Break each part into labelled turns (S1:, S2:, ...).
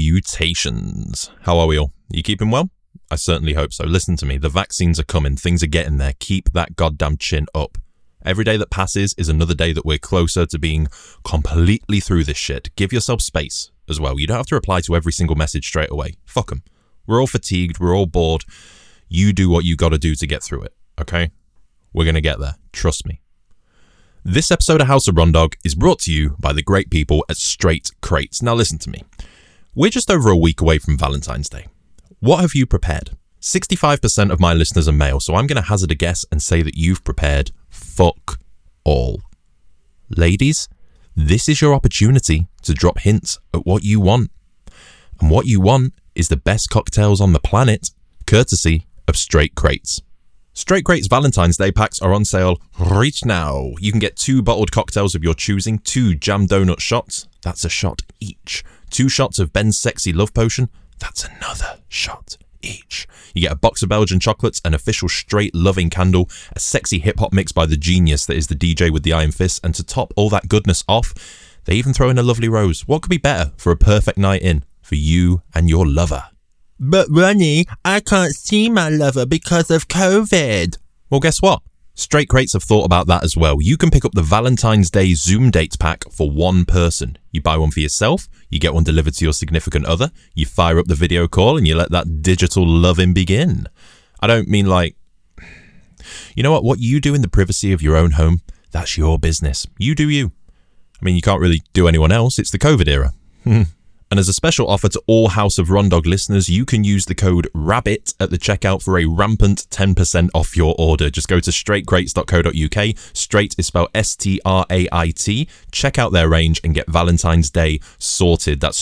S1: Salutations. How are we all? You keeping well? I certainly hope so. Listen to me. The vaccines are coming. Things are getting there. Keep that goddamn chin up. Every day that passes is another day that we're closer to being completely through this shit. Give yourself space as well. You don't have to reply to every single message straight away. Fuck them. We're all fatigued. We're all bored. You do what you got to do to get through it. Okay? We're going to get there. Trust me. This episode of House of Rondog is brought to you by the great people at Straight Crates. Now, listen to me. We're just over a week away from Valentine's Day. What have you prepared? 65% of my listeners are male, so I'm going to hazard a guess and say that you've prepared fuck all. Ladies, this is your opportunity to drop hints at what you want. And what you want is the best cocktails on the planet, courtesy of Straight Crates. Straight Crates Valentine's Day packs are on sale right now. You can get two bottled cocktails of your choosing, two jam donut shots, that's a shot each, two shots of Ben's Sexy Love Potion, that's another shot each. You get a box of Belgian chocolates, an official straight loving candle, a sexy hip hop mix by the genius that is the DJ with the iron fist, and to top all that goodness off, they even throw in a lovely rose. What could be better for a perfect night in for you and your lover? But Ronnie, I can't see my lover because of COVID. Well, guess what? Straight Crates have thought about that as well. You can pick up the Valentine's Day Zoom Dates pack for one person. You buy one for yourself, you get one delivered to your significant other, you fire up the video call, and you let that digital loving begin. I don't mean like. You know what? What you do in the privacy of your own home, that's your business. You do you. I mean, you can't really do anyone else. It's the COVID era. And as a special offer to all House of Rondog listeners, you can use the code RABBIT at the checkout for a rampant 10% off your order. Just go to straightcrates.co.uk. Straight is spelled S T R A I T. Check out their range and get Valentine's Day sorted. That's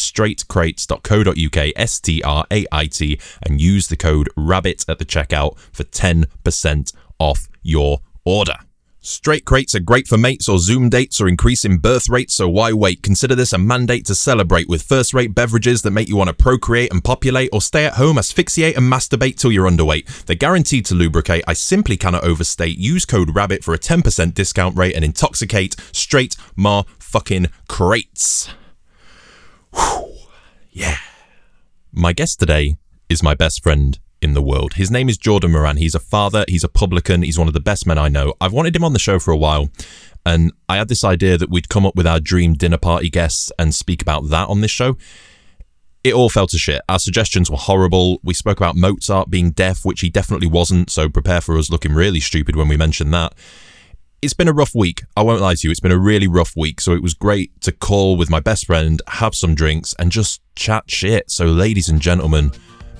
S1: straightcrates.co.uk, S T R A I T, and use the code RABBIT at the checkout for 10% off your order. Straight crates are great for mates or Zoom dates or increasing birth rates, so why wait? Consider this a mandate to celebrate with first rate beverages that make you want to procreate and populate or stay at home, asphyxiate and masturbate till you're underweight. They're guaranteed to lubricate. I simply cannot overstate. Use code RABBIT for a 10% discount rate and intoxicate straight mar fucking crates. Whew. Yeah. My guest today is my best friend in the world. His name is Jordan Moran. He's a father, he's a publican, he's one of the best men I know. I've wanted him on the show for a while, and I had this idea that we'd come up with our dream dinner party guests and speak about that on this show. It all fell to shit. Our suggestions were horrible. We spoke about Mozart being deaf, which he definitely wasn't, so prepare for us looking really stupid when we mention that it's been a rough week. I won't lie to you. It's been a really rough week. So it was great to call with my best friend, have some drinks, and just chat shit. So, ladies and gentlemen,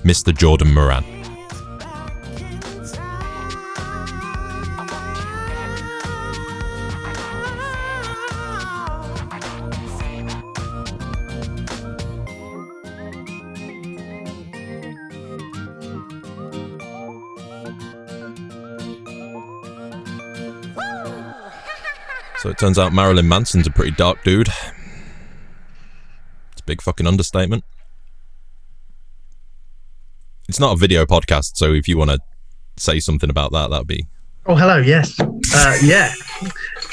S1: Mr. Jordan Moran. So it turns out Marilyn Manson's a pretty dark dude. It's a big fucking understatement. It's not a video podcast, so if you want to say something about that, that'd be.
S2: Oh, hello. Yes. Uh, yeah.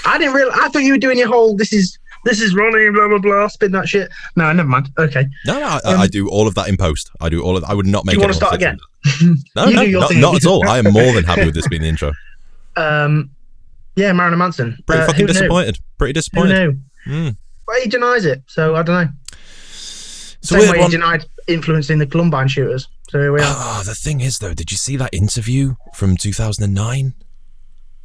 S2: I didn't real. I thought you were doing your whole. This is this is Ronnie. Blah blah blah. Spin that shit. No, never mind. Okay.
S1: No, no, I, I- I do all of that in post. I do all of. I would not make.
S2: Um, you wanna
S1: anyone
S2: start
S1: sit through
S2: again?
S1: that. No,
S2: You
S1: no,
S2: do your
S1: not,
S2: thing.
S1: not at all. I am more than happy with this being the intro.
S2: Um. Yeah, Marilyn Manson.
S1: Pretty
S2: Uh,
S1: fucking
S2: who knew?
S1: disappointed. Pretty
S2: Who
S1: disappointed.
S2: knew?
S1: Mm.
S2: Well, he denies it, so I don't know.
S1: It's a
S2: Same
S1: weird
S2: way
S1: one.
S2: he denied influencing the Columbine shooters. So here we are.
S1: Ah, the thing is, though, did you see that interview from 2009?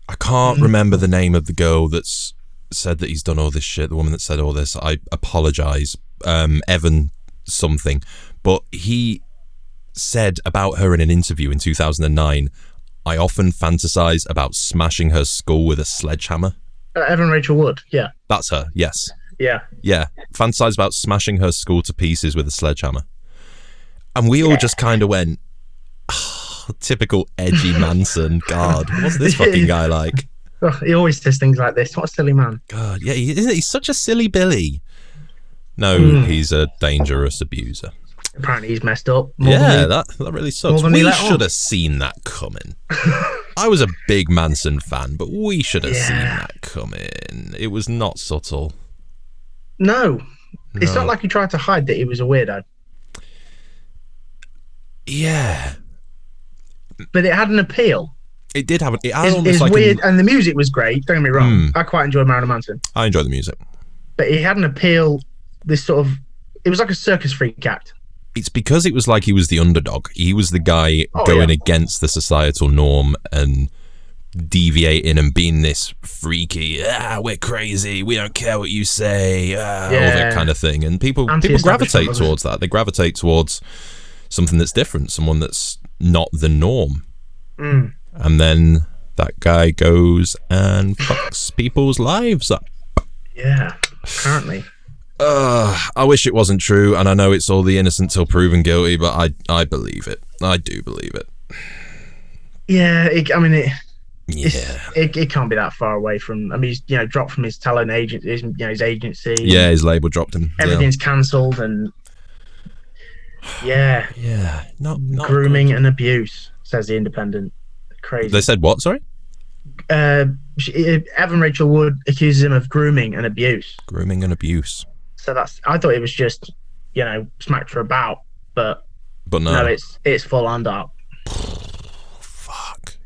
S1: I can't
S2: Mm.
S1: remember the name of the girl that's said that he's done all this shit. The woman that said all this. I apologize, um, Evan something. But he said about her in an interview in 2009. I often fantasize about smashing her skull with a sledgehammer.
S2: Uh, Evan Rachel Wood. Yeah.
S1: That's her. Yes.
S2: Yeah.
S1: Yeah, fantasized about smashing her school to pieces with a sledgehammer. And we all just kind of went, "Ah, typical edgy Manson. God, what's this fucking guy like?
S2: Ugh, he always says things like this. What a silly man.
S1: God, yeah, he, isn't, he's such a silly Billy. No,
S2: Hmm.
S1: he's a dangerous abuser.
S2: Apparently he's messed up. More than
S1: yeah,
S2: me.
S1: that, that really sucks.
S2: than he
S1: We
S2: let on.
S1: should have seen that coming. I was a big Manson fan, but we should have seen
S2: Yeah.
S1: that coming. It was not subtle.
S2: No. It's
S1: No.
S2: not like he tried to hide that he was a weirdo,
S1: Yeah.
S2: but it had an appeal.
S1: It did have. It had
S2: It's,
S1: almost
S2: it's
S1: like.
S2: weird,
S1: An,
S2: and the music was great. Don't get me wrong,
S1: Hmm.
S2: I quite enjoyed Marilyn Manson,
S1: I enjoy the music.
S2: but he had an appeal. This sort of, it was like a circus freak act.
S1: It's because it was like he was the underdog. He was the guy
S2: Oh,
S1: going
S2: yeah.
S1: against the societal norm and deviating and being this freaky. Ah, we're crazy. We don't care what you say. Ah, All that
S2: Yeah.
S1: kind of thing. And people people
S2: Anti-establishment,
S1: gravitate
S2: wasn't it?
S1: towards that. They gravitate towards something that's different, someone that's not the norm.
S2: Mm.
S1: And then that guy goes and fucks people's lives up.
S2: Yeah, apparently.
S1: Uh, I wish it wasn't true, and I know it's all the innocent till proven guilty, but I I believe it. I do believe it.
S2: Yeah, it, I mean, it, it's,
S1: Yeah,
S2: it, it can't be that far away from. I mean, he's you know dropped from his talent agent, his, you know, his agency.
S1: yeah. His label dropped him. Yeah,
S2: everything's cancelled and yeah,
S1: yeah. Not, not
S2: grooming and abuse says the Independent.
S1: They
S2: Crazy.
S1: said what? Sorry,
S2: Uh, she, Evan Rachel Wood accuses him of grooming and abuse.
S1: grooming and abuse.
S2: So that's. I thought it was just you know smacked her about, but
S1: But no, Oh,
S2: no, it's it's full and up.
S1: fuck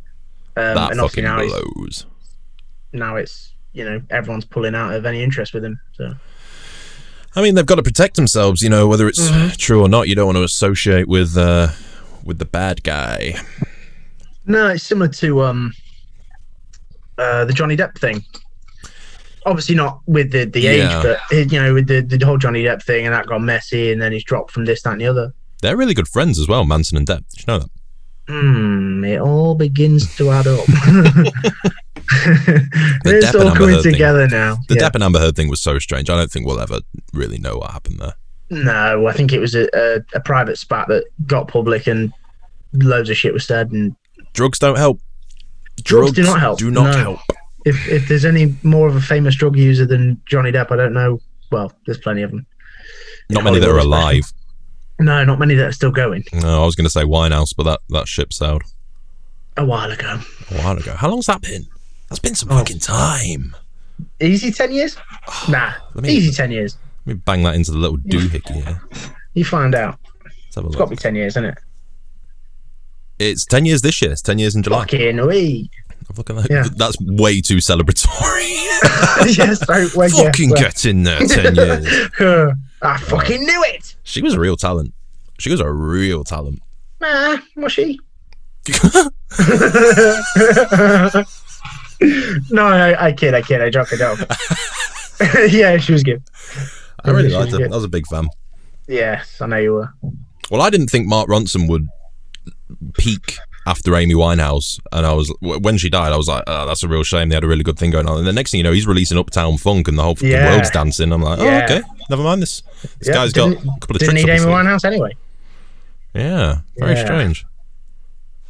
S2: Um,
S1: that
S2: and
S1: fucking
S2: obviously now it's,
S1: blows.
S2: now it's you know everyone's pulling out of any interest with him. So
S1: I mean, they've got to protect themselves, you know, whether it's
S2: Mm-hmm.
S1: true or not. You don't want to associate with uh with the bad guy.
S2: no, it's similar to um uh the Johnny Depp thing. Obviously not with the the
S1: Yeah.
S2: age, but eh, you know with the the whole Johnny Depp thing, and that got messy, and then he's dropped from this, that, and the other.
S1: They're really good friends as well, Manson and Depp. Did you know that?
S2: Hmm, it all begins to add up.
S1: Depp
S2: it's
S1: and
S2: all
S1: Amber
S2: coming
S1: Heard thing.
S2: together now.
S1: The
S2: yeah.
S1: Depp and Amber Heard thing was so strange. I don't think we'll ever really know what happened there.
S2: No, I think it was a, a, a private spat that got public and loads of shit was said. And
S1: Drugs don't help.
S2: Drugs do not help.
S1: Do not
S2: No.
S1: help.
S2: if, if there's any more of a famous drug user than Johnny Depp, I don't know. Well, there's plenty of them.
S1: Not many that are
S2: Hollywood,
S1: alive.
S2: No, not many that are still going.
S1: No, I was going to say Winehouse, but that, that ship sailed
S2: A while ago.
S1: a while ago. How long's that been? That's been some
S2: Oh.
S1: fucking time.
S2: Easy 10 years? Nah,
S1: Let me-
S2: easy 10 years.
S1: Let me bang that into the little doohickey here.
S2: You find out.
S1: Let's have a
S2: It's got to
S1: look.
S2: be 10 years, isn't it?
S1: It's 10 years this year. It's 10 years in July.
S2: Fucking eh? wee.
S1: Have a Look at that.
S2: Yeah.
S1: That's way too celebratory.
S2: yeah, so, well, yeah,
S1: fucking
S2: well.
S1: get in there, 10 years.
S2: I fucking knew it.
S1: She was a real talent. She was a real talent.
S2: Nah, was she? no, I, I kid, I kid, I joke, I don't. yeah, she was good.
S1: I really
S2: Yeah, she
S1: liked
S2: was
S1: her. I
S2: good.
S1: was a big fan.
S2: Yes, I know you were.
S1: Well, I didn't think Mark Ronson would peak after Amy Winehouse, and I was w- when she died, I was like, oh, "That's a real shame." They had a really good thing going on, and the next thing you know, he's releasing Uptown Funk, and the whole fucking
S2: Yeah.
S1: world's dancing. I'm like, "Oh,
S2: Yeah.
S1: okay, never mind this. This
S2: Yeah,
S1: guy's got a
S2: didn't-
S1: couple of
S2: Didn't
S1: tricks."
S2: need
S1: up his
S2: Amy
S1: sleeve.
S2: Winehouse anyway.
S1: Yeah, very
S2: Yeah.
S1: strange.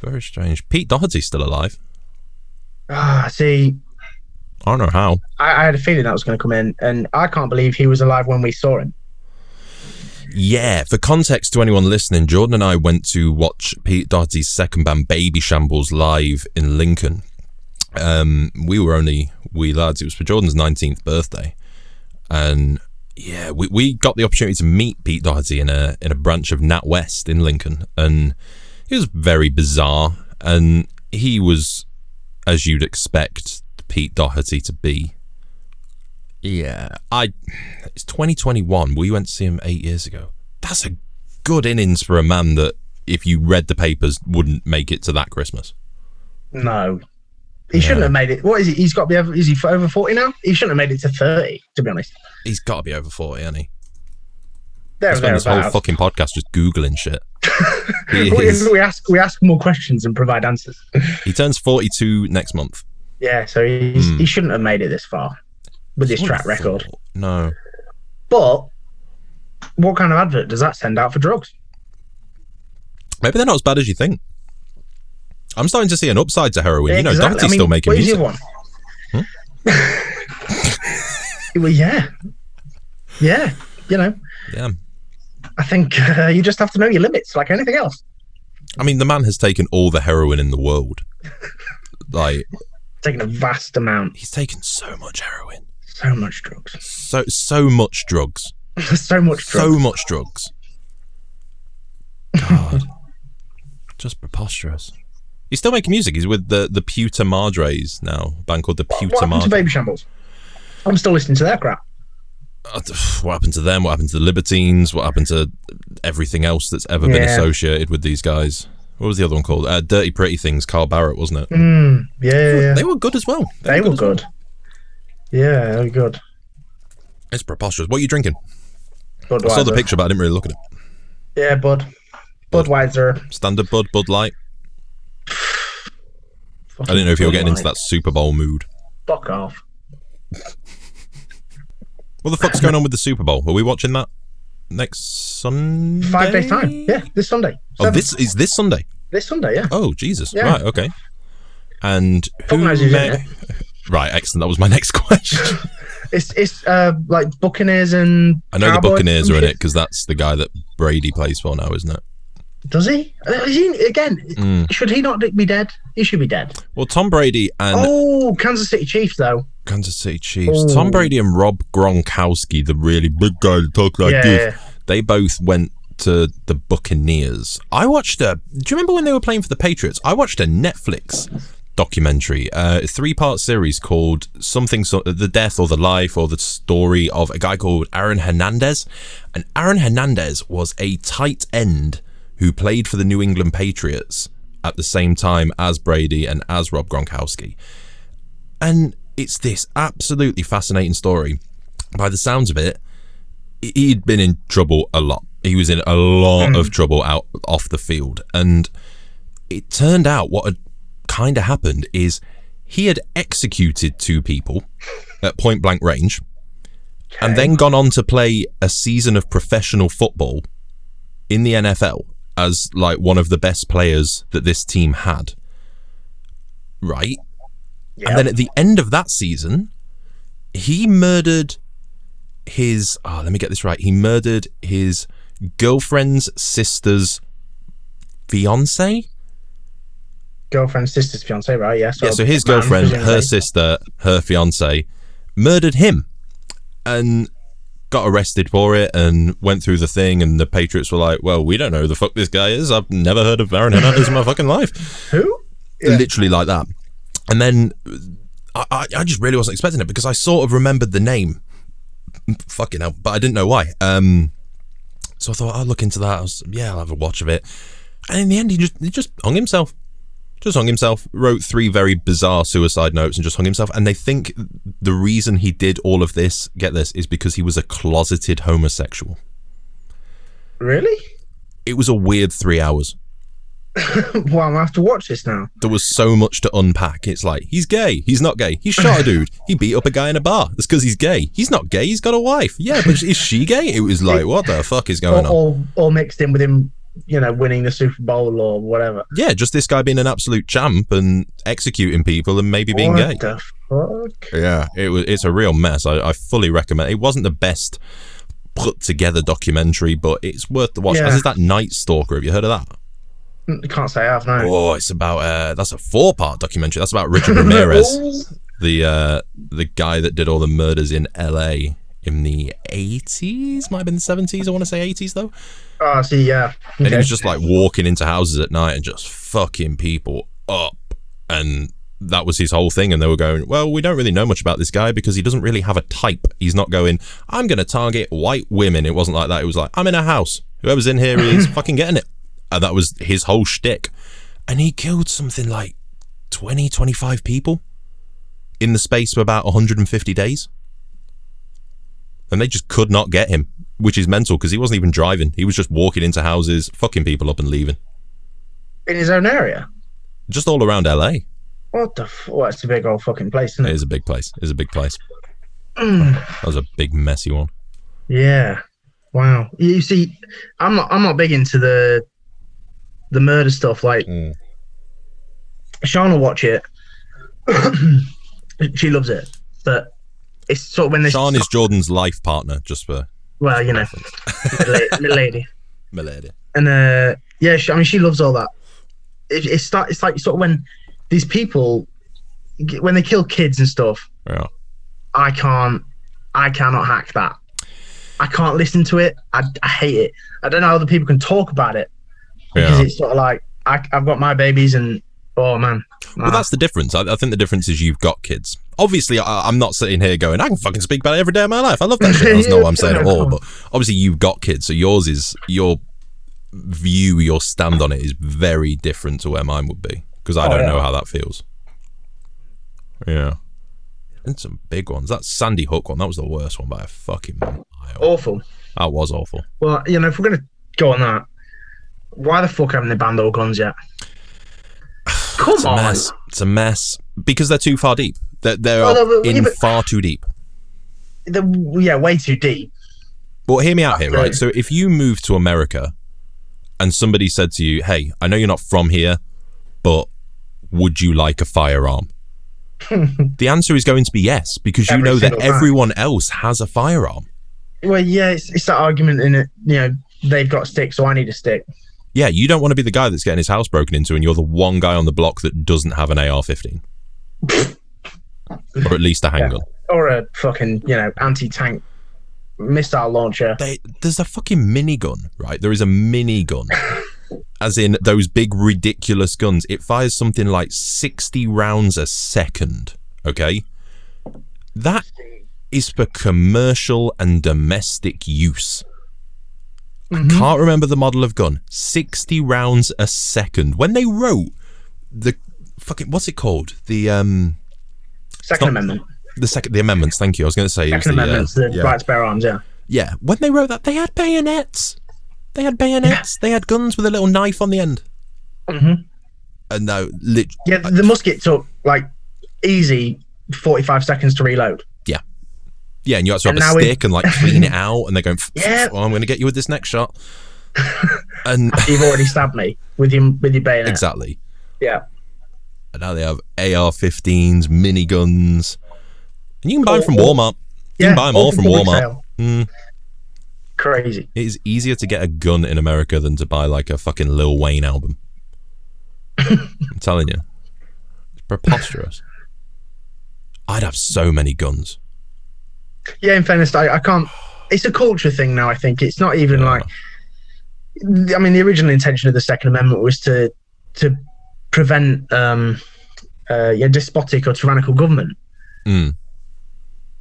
S1: Very strange. Pete Doherty's still alive.
S2: Ah, see,
S1: I don't know how.
S2: I, I had a feeling that was going to come in, and I can't believe he was alive when we saw him.
S1: Yeah, for context to anyone listening, Jordan and I went to watch Pete Doherty's second band, Baby Shambles, live in Lincoln. Um, we were only wee lads. It was for Jordan's 19th birthday. And yeah, we, we got the opportunity to meet Pete Doherty in a, in a branch of Nat West in Lincoln. And it was very bizarre. And he was, as you'd expect Pete Doherty to be. Yeah. I it's 2021. We went to see him eight years ago. That's a good innings for a man that, if you read the papers, wouldn't make it to that Christmas.
S2: No. He shouldn't have made it. What is he? He's got to be over. Is he f- over forty now? He shouldn't have made it to thirty. To be honest,
S1: He's got to be over 40, hasn't he?
S2: there
S1: I
S2: or
S1: spent this whole
S2: thereabouts.
S1: fucking podcast just Googling shit. He, is-
S2: We, we ask we ask more questions and provide answers.
S1: he turns 42 next month.
S2: Yeah, so he's,
S1: Hmm.
S2: he shouldn't have made it this far with his track record.
S1: No.
S2: But what kind of advert does that send out for drugs?
S1: Maybe they're not as bad as you think. I'm starting to see an upside to heroin. You know,
S2: Exactly.
S1: Doherty's
S2: I mean,
S1: still making
S2: what is
S1: music.
S2: your one?
S1: Hmm?
S2: well, yeah, yeah. You know,
S1: Yeah.
S2: I think uh, you just have to know your limits, like anything else.
S1: I mean, the man has taken all the heroin in the world. like,
S2: Taking a vast amount,
S1: he's taken so much heroin.
S2: so much drugs.
S1: so so much drugs.
S2: so much drugs.
S1: So much drugs. God. Just preposterous. He's still making music. He's with the, the Pewter Madres now, a band called the
S2: what
S1: Pewter
S2: happened to
S1: Madres.
S2: Baby Shambles? I'm still listening to their crap.
S1: Uh, What happened to them? What happened to the Libertines? What happened to everything else that's ever been
S2: Yeah.
S1: associated with these guys? What was the other one called? Uh, Dirty Pretty Things, Carl Barrett, wasn't it?
S2: Mm, yeah, yeah, yeah.
S1: They were good as well.
S2: They were
S1: as well.
S2: good. Yeah, they were good.
S1: It's preposterous. What are you drinking?
S2: Budweiser.
S1: I saw the picture, but I didn't really look at it.
S2: Yeah, Bud.
S1: Bud.
S2: Budweiser.
S1: Standard Bud, Bud Light. I didn't know if you were getting into that Super Bowl mood.
S2: Fuck off.
S1: What the fuck's going on with the Super Bowl? Are we watching that next Sunday?
S2: Five days time. Yeah, this Sunday.
S1: Oh,
S2: Seven.
S1: this is this Sunday.
S2: this Sunday. Yeah.
S1: Oh, Jesus.
S2: Yeah.
S1: Right. Okay. And who?
S2: Fuck knows who's in
S1: may-
S2: it.
S1: Right. Excellent. That was my next question.
S2: It's it's uh like Buccaneers and.
S1: I know
S2: Cowboys
S1: the Buccaneers
S2: and
S1: are in it
S2: shit.
S1: because that's the guy that Brady plays for now, isn't it? Mm.
S2: Does he? Uh, Is he again? Should he not be dead? He should be dead.
S1: Well, Tom Brady and
S2: oh, Kansas City Chiefs though.
S1: Kansas City Chiefs.
S2: Oh.
S1: Tom Brady and Rob Gronkowski, the really big guy that talk like
S2: Yeah,
S1: this,
S2: yeah.
S1: they both went to the Buccaneers. I watched a. Do you remember when they were playing for the Patriots? I watched a Netflix documentary, uh, a three part series called Something, so, The Death or the Life or the Story of a guy called Aaron Hernandez. And Aaron Hernandez was a tight end who played for the New England Patriots at the same time as Brady and as Rob Gronkowski. And it's this absolutely fascinating story. By the sounds of it, he- he'd been in trouble a lot. He was in a lot of trouble out off the field. And it turned out what had kind of happened is he had executed two people at point blank range and then gone on to play a season of professional football in the NFL as like one of the best players that this team had. Right? And then at the end of that season, he murdered his. Oh, let me get this right. He murdered his girlfriend's sister's fiance.
S2: Girlfriend, sister's fiance, right? Yeah. So,
S1: Yeah, so his
S2: Oh, man,
S1: girlfriend, her
S2: presumably.
S1: sister, her fiance, murdered him and got arrested for it and went through the thing. And the Patriots were like, well, we don't know who the fuck this guy is. I've never heard of Aaron Hernandez in my fucking life.
S2: Who? Yeah.
S1: literally like that. And then I, I, I just really wasn't expecting it because I sort of remembered the name, fucking hell, but I didn't know why. Um, so I thought I'll look into that. I was, yeah, I'll have a watch of it. And in the end, he just he just hung himself. Just hung himself. Wrote three very bizarre suicide notes and just hung himself. And they think the reason he did all of this, get this, is because he was a closeted homosexual.
S2: Really?
S1: It was a weird three hours.
S2: Well, I'm gonna have to watch this now.
S1: there was so much to unpack. It's like he's gay, he's not gay. He shot a dude. He beat up a guy in a bar. That's because he's gay. He's not gay. He's got a wife. Yeah, but is she gay? It was like what the fuck is going
S2: All,
S1: on?
S2: all, all mixed in with him, you know, winning the Super Bowl or whatever.
S1: Yeah, just this guy being an absolute champ and executing people and maybe being gay.
S2: what the fuck?
S1: Yeah, it was. It's a real mess. I, I fully recommend. It wasn't the best put together documentary, but it's worth the watch.
S2: Yeah.
S1: As is that Night Stalker. Have you heard of that?
S2: Mm, Can't say I've known.
S1: Oh, it's about uh, that's a four part documentary. That's about Richard Ramirez. the uh, the guy that did all the murders in L.A. in the eighties, might have been the seventies. I want to say eighties though.
S2: Oh, see, yeah.
S1: And he
S2: Okay.
S1: was just like walking into houses at night and just fucking people up, and that was his whole thing. And they were going, "Well, we don't really know much about this guy because he doesn't really have a type. He's not going. I'm going to target white women. It wasn't like that. It was like I'm in a house. Whoever's in here is fucking getting it." And that was his whole shtick. And he killed something like 20, 25 people in the space of about 150 days. And they just could not get him, which is mental because he wasn't even driving. He was just walking into houses, fucking people up and leaving.
S2: in his own area.
S1: Just all around LA.
S2: What the? F- well, it's a big old fucking place, isn't
S1: It
S2: it?
S1: is a big place. It is a big place. That was a big, messy one.
S2: Yeah. Wow. You see, I'm not. I'm not big into the the murder stuff. Like,
S1: Mm.
S2: Sean will watch it. she loves it, but it's sort of when they.
S1: Sean is Jordan's life partner, just for
S2: well, you know, little little lady.
S1: Milady.
S2: and uh, yeah, she, I mean, she loves all that. It, it's like it's like sort of when these people g- when they kill kids and stuff.
S1: Yeah.
S2: I can't, I cannot hack that. I can't listen to it. I, I hate it. I don't know how other people can talk about it because it's sort of like I, I've got my babies and oh man.
S1: Well, that's the difference. I, I think the difference is you've got kids. Obviously, I, I'm not sitting here going, I can fucking speak about it every day of my life. I love that shit. That's not what I'm saying at all. But obviously, you've got kids. So yours is, your view, your stand on it is very different to where mine would be. Because I
S2: Oh,
S1: don't
S2: yeah.
S1: know how that feels. Yeah. And some big ones. That Sandy Hook one, that was the worst one by a fucking mile.
S2: awful.
S1: That was awful.
S2: Well, you know, if we're gonna go on that, why the fuck haven't they banned all guns yet? Come
S1: It's a
S2: on.
S1: mess. It's a mess. Because they're too far deep. They're, they're
S2: Well, Oh, no, but-
S1: in
S2: yeah, but-
S1: far too deep.
S2: The, yeah, way too deep.
S1: Well, hear me out here, right?
S2: Okay.
S1: So if you move to America and somebody said to you, hey, I know you're not from here, but would you like a firearm? the answer is going to be yes, because you
S2: Every
S1: know that
S2: single time.
S1: everyone else has a firearm.
S2: Well, yeah, it's, it's that argument in it. You know, they've got sticks, so I need a stick.
S1: Yeah, you don't want to be the guy that's getting his house broken into and you're the one guy on the block that doesn't have an AR 15. or at least a handgun.
S2: or a fucking you know anti-tank missile launcher.
S1: they there's a fucking minigun, right? There is a minigun. As in those big ridiculous guns. It fires something like 60 rounds a second, okay? That is for commercial and domestic use.
S2: Mm-hmm.
S1: I can't remember the model of gun. 60 rounds a second. When they wrote the fucking what's it called? The um
S2: Second Amendment.
S1: the second the amendments, thank you. I was going to say it was
S2: Second
S1: the, uh,
S2: Amendment, the
S1: yeah.
S2: right to bear arms. Yeah.
S1: Yeah, when they wrote that, they had bayonets. They had bayonets. They had guns with a little knife on the end.
S2: Mhm.
S1: And no, lit-
S2: Yeah. The musket took like easy forty-five seconds to reload.
S1: yeah, and you had to have
S2: And
S1: a
S2: now we-
S1: stick and like clean it out, and they're going, "F- f-
S2: Yeah.
S1: well, I'm going to get you with this next shot. And
S2: You've already stabbed me with your with your bayonet.
S1: exactly.
S2: Yeah.
S1: And now they have AR-15s, miniguns, and you can buy them from
S2: Oh.
S1: Walmart. You
S2: yeah.
S1: can buy them all from
S2: public
S1: Walmart.
S2: sale.
S1: Mm.
S2: Crazy.
S1: It is easier to get a gun in America than to buy like a fucking Lil Wayne album. I'm telling you. It's preposterous. I'd have so many guns.
S2: Yeah. In fairness, I, I can't. It's a culture thing now. I think it's not even like. I mean, the original intention of the Second Amendment was to to prevent um, uh, yeah, despotic or tyrannical government.
S1: Mm.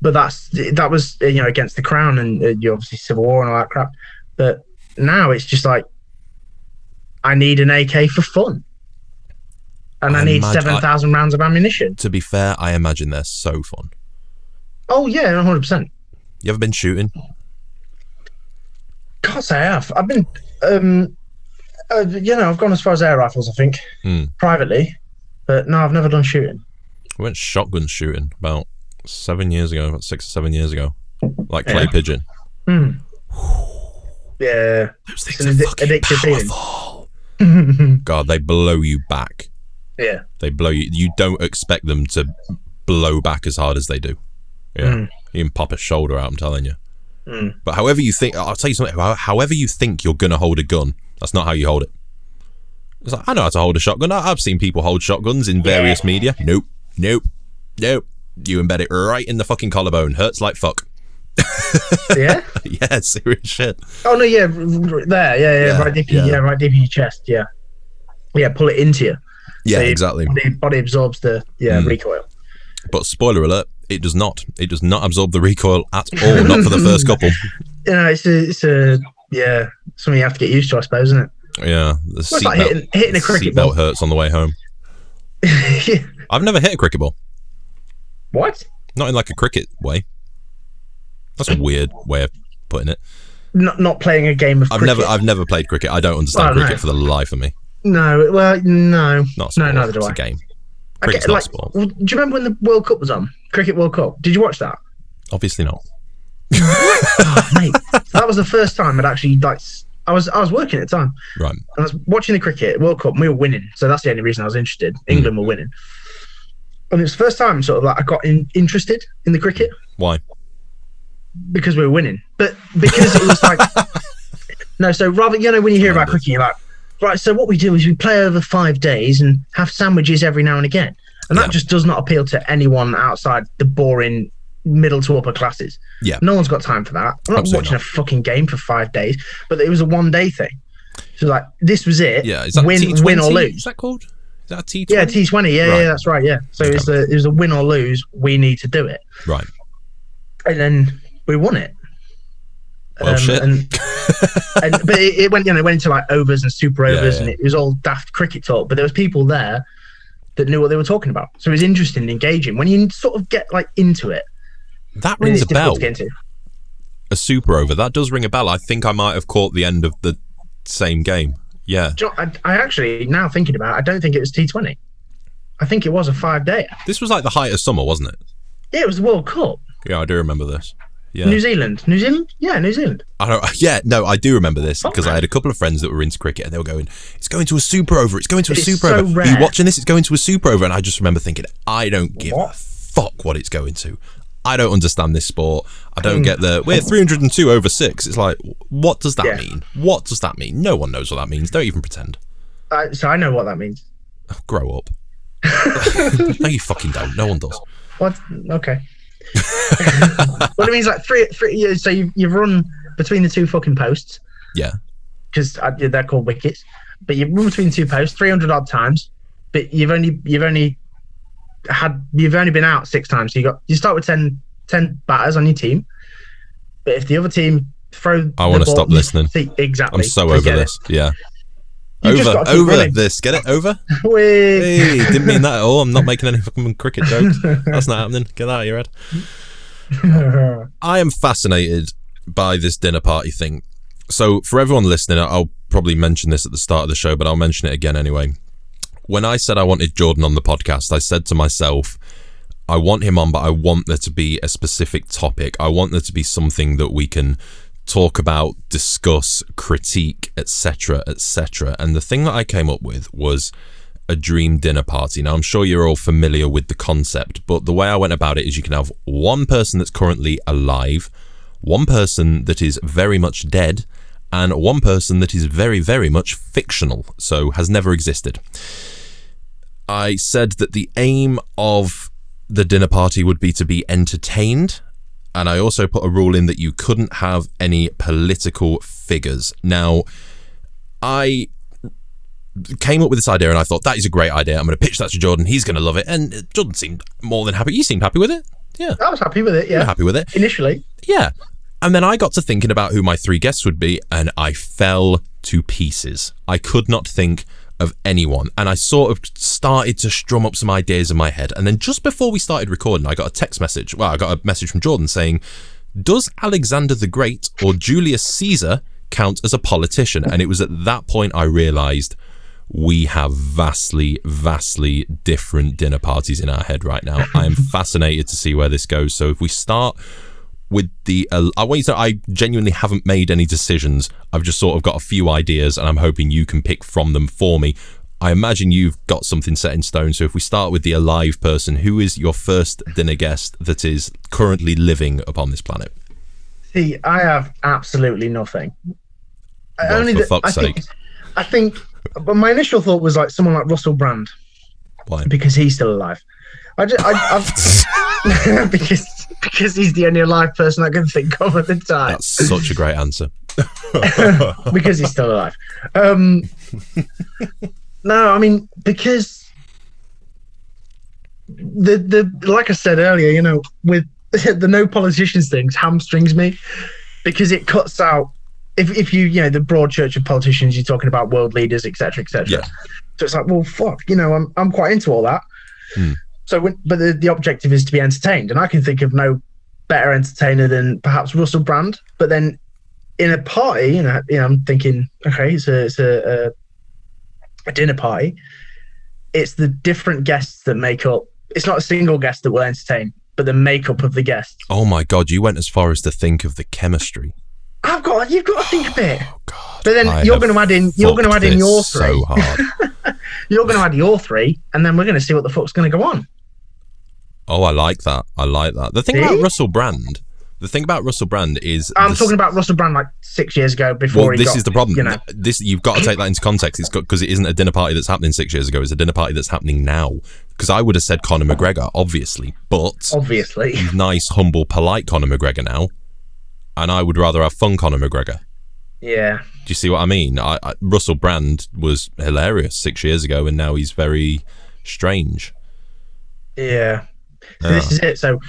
S2: but that's that was you know against the crown and uh, you obviously civil war and all that crap but now it's just like i need an ak for fun and i,
S1: I
S2: need
S1: imagine-
S2: 7000 rounds of ammunition
S1: To be fair, I imagine they're so fun.
S2: oh yeah 100%
S1: You ever been shooting?
S2: god i have i've been um uh, you know i've gone as far as air rifles i think
S1: Hmm.
S2: privately but no i've never done shooting
S1: I went shotgun shooting about seven years ago, about six or seven years ago. Like clay
S2: Yeah.
S1: pigeon.
S2: Hmm. yeah
S1: Those
S2: It's
S1: things
S2: an
S1: are
S2: addic-
S1: fucking
S2: addictive feeling.
S1: powerful. God, they blow you back.
S2: yeah
S1: They blow you. You don't expect them to blow back as hard as they do. Yeah,
S2: Mm.
S1: you can pop a shoulder out. I'm telling you.
S2: Mm.
S1: But however you think, I'll tell you something. how- However you think you're gonna hold a gun, that's not how you hold it. It's like I know how to hold a shotgun. I- I've seen people hold shotguns in various media. Nope, nope, nope. You embed it right in the fucking collarbone. Hurts like fuck.
S2: yeah
S1: yeah, serious shit.
S2: Oh no, yeah, r- r- there, yeah, yeah,
S1: Yeah,
S2: right deep,
S1: yeah.
S2: in, yeah, right deep in your chest, yeah, yeah, pull it into you.
S1: Yeah,
S2: So your
S1: exactly.
S2: Body, body absorbs the yeah
S1: Hmm.
S2: recoil.
S1: But spoiler alert, it does not. It does not absorb the recoil at all. Not for the first couple.
S2: You know, it's a, it's a yeah, something you have to get used to, I suppose, isn't it?
S1: Yeah, the
S2: Well, it's like
S1: seatbelt-
S2: hitting, hitting a cricket
S1: seatbelt
S2: ball.
S1: hurts on the way home.
S2: Yeah.
S1: I've never hit a cricket ball.
S2: what?
S1: Not in like a cricket way. That's a weird way of putting it.
S2: Not not playing a game of
S1: I've
S2: cricket.
S1: never I've never played cricket. I don't understand
S2: Well, no.
S1: cricket for the life of me.
S2: no, well, no.
S1: Not a
S2: No,
S1: sport.
S2: neither do
S1: it's
S2: I.
S1: a game.
S2: I
S1: Cricket's
S2: get,
S1: not
S2: like,
S1: a sport.
S2: well, do you remember when the World Cup was on? Cricket World Cup. Did you watch that?
S1: Obviously not.
S2: Oh, mate, that was the first time I'd actually like. s- I was I was working at the time.
S1: Right.
S2: I was watching the cricket World Cup. and We were winning, so that's the only reason I was interested. England were winning, and it was the first time sort of like I got in, interested in the cricket
S1: Why?
S2: because we were winning. But because it was like no, so rather you know when you hear about cricket, you're like right. So what we do is we play over five days and have sandwiches every now and again, and that
S1: Yeah.
S2: just does not appeal to anyone outside the boring middle to upper classes.
S1: Yeah.
S2: No one's got time for that. I'm not
S1: Absolutely
S2: watching
S1: not.
S2: a fucking game for five days, but it was a one day thing. So like this was it.
S1: Yeah, is that
S2: win,
S1: T20?
S2: win or lose.
S1: Is that called? Is that a T20?
S2: Yeah, T twenty. Yeah,
S1: Right.
S2: yeah, that's right. Yeah. So it's a it was a win or lose. We need to do it,
S1: right.
S2: and then we won it. Um,
S1: Well, shit.
S2: And, and but it, it went you know it went into like overs and super
S1: Yeah,
S2: overs
S1: yeah.
S2: and it was all daft cricket talk. But there was people there that knew what they were talking about, so it was interesting and engaging. When you sort of get like into it,
S1: That
S2: then
S1: rings
S2: it's
S1: a bell.
S2: difficult to get into.
S1: A super over. That does ring a bell. I think I might have caught the end of the same game. Yeah.
S2: Do you know, I, I actually now thinking about, it, I don't think it was T twenty. I think it was a five day.
S1: This was like the height of summer, wasn't it?
S2: Yeah, it was the World Cup.
S1: Yeah, I do remember this. Yeah.
S2: New Zealand, New Zealand. Yeah, New Zealand.
S1: I don't, yeah, no, I do remember
S2: Oh,
S1: this because I had a couple of friends that were into cricket and they were going, it's going to a super over, it's going to a
S2: It's
S1: super
S2: so
S1: over. Are you
S2: rare.
S1: watching this? It's going to a super over. And I just remember thinking, I don't give a
S2: What?
S1: fuck what it's going to. I don't understand this sport. I don't get the, we're 302 over six. It's like, what does that
S2: Mm. Yeah.
S1: mean? What does that mean? No one knows what that means. Don't even pretend. Oh,
S2: I, so I know what that means.
S1: Grow up. no, you fucking don't. No one does.
S2: What? Okay. well, it means like three, three. Yeah, so you you run between the two fucking posts
S1: Yeah.
S2: because they're called wickets. But you run between two posts, three hundred odd times. But you've only you've only had you've only been out six times. So you got you start with 10, 10 batters on your team. But if the other team throw,
S1: I
S2: the
S1: wanna
S2: ball-
S1: stop listening.
S2: See, exactly.
S1: I'm so
S2: Forget
S1: over
S2: it.
S1: this. Yeah.
S2: You just
S1: over,
S2: gotta keep
S1: over
S2: running.
S1: this. Get it? Over?
S2: Wait.
S1: Hey, didn't mean that at all. I'm not making any fucking cricket jokes. That's not happening. Get that out of your head. I am fascinated by this dinner party thing. So, for everyone listening, I'll probably mention this at the start of the show, but I'll mention it again anyway. When I said I wanted Jordan on the podcast, I said to myself, I want him on, but I want there to be a specific topic. I want there to be something that we can talk about, discuss, critique, etc., etc. And the thing that I came up with was a dream dinner party. Now, I'm sure you're all familiar with the concept, but the way I went about it is you can have one person that's currently alive, one person that is very much dead, and one person that is very, very much fictional, so has never existed. I said that the aim of the dinner party would be to be entertained. And I also put a rule in that you couldn't have any political figures. Now, I came up with this idea and I thought, that is a great idea. I'm going to pitch that to Jordan. He's going to love it. And Jordan seemed more than happy. You seemed happy with it. Yeah.
S2: I was happy with it.
S1: You're
S2: Yeah,
S1: happy with it.
S2: initially.
S1: Yeah. And then I got to thinking about who my three guests would be, and I fell to pieces. I could not think of anyone. And I sort of started to strum up some ideas in my head. And then just before we started recording, I got a text message. Well, I got a message from Jordan saying, Does Alexander the Great or Julius Caesar count as a politician? And it was at that point I realized we have vastly, vastly different dinner parties in our head right now. I am fascinated to see where this goes. So if we start with the, uh, I want you to. know I genuinely haven't made any decisions. I've just sort of got a few ideas, and I'm hoping you can pick from them for me. I imagine you've got something set in stone. So if we start with the alive person, who is your first dinner guest that is currently living upon this planet?
S2: See, I have absolutely nothing. I
S1: Well, for
S2: that-
S1: fuck's
S2: I think,
S1: sake.
S2: I think, but my initial thought was like someone like Russell Brand
S1: Why?
S2: because he's still alive. I just, I, I've, because because he's the only alive person I can think of at the time
S1: That's such a great answer.
S2: because he's still alive. Um, no, I mean because the the like I said earlier, you know, with the no politicians things hamstrings me because it cuts out if if you you know the broad church of politicians you're talking about world leaders etc etc.
S1: Yeah.
S2: So it's like well fuck you know I'm I'm quite into all that.
S1: Hmm.
S2: So when, but the, the objective is to be entertained and I can think of no better entertainer than perhaps Russell Brand. But then in a party, you know, you know I'm thinking okay it's a it's a, a, a dinner party it's the different guests that make up. It's not a single guest that will entertain, but the makeup of the guests.
S1: Oh my god, you went as far as to think of the chemistry. Oh
S2: I've got. You've got to think of it.
S1: God,
S2: But then
S1: I
S2: you're
S1: have
S2: going to add in. You're going to
S1: fucked
S2: add
S1: this
S2: in your three.
S1: so hard.
S2: You're going to add your three, and then we're going to see what the fuck's going to go on.
S1: Oh, I like that. I like that. The thing
S2: See?
S1: about Russell Brand, the The thing about Russell Brand is
S2: I'm
S1: this-
S2: talking about Russell Brand like six years ago before
S1: Well,
S2: he
S1: this
S2: got,
S1: is the problem.
S2: You know,
S1: Th- This you've got to take that into context. It's because it isn't a dinner party that's happening six years ago. It's a dinner party that's happening now. Because I would have said Conor McGregor, obviously, but
S2: Oh. obviously.
S1: nice, humble, polite Conor McGregor now, and I would rather have fun Conor McGregor.
S2: Yeah.
S1: Do you see what I mean? I, I, Russell Brand was hilarious six years ago, and now he's very strange.
S2: Yeah. So
S1: Ah.
S2: This is it. So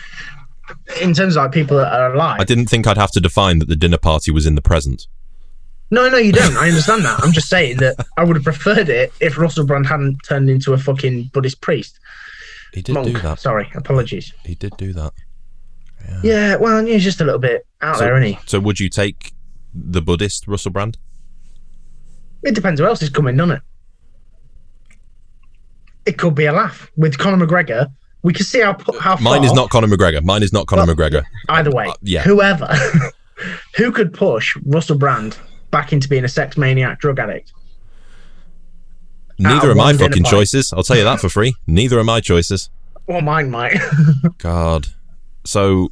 S2: in terms of like people that are alive.
S1: I didn't think I'd have to define that the dinner party was in the present.
S2: No, no, you don't. I understand that. I'm just saying that I would have preferred it if Russell Brand hadn't turned into a fucking Buddhist priest.
S1: He did
S2: Monk.
S1: do that.
S2: Sorry. Apologies.
S1: He did do that.
S2: Yeah, well, he's just a little bit out
S1: So-
S2: there, isn't he?
S1: So, would you take the Buddhist Russell Brand?
S2: It depends who else is coming, doesn't it? It could be a laugh with Conor McGregor. We can see how pu- how
S1: Mine
S2: far-
S1: is not Conor McGregor. Mine is not Conor
S2: Well-
S1: McGregor.
S2: Either way,
S1: yeah.
S2: whoever who could push Russell Brand back into being a sex maniac, drug addict.
S1: Neither
S2: Ah,
S1: are my
S2: one dinner
S1: fucking
S2: party.
S1: choices. I'll tell you that for free. Neither are my choices.
S2: Well, mine might.
S1: God. So,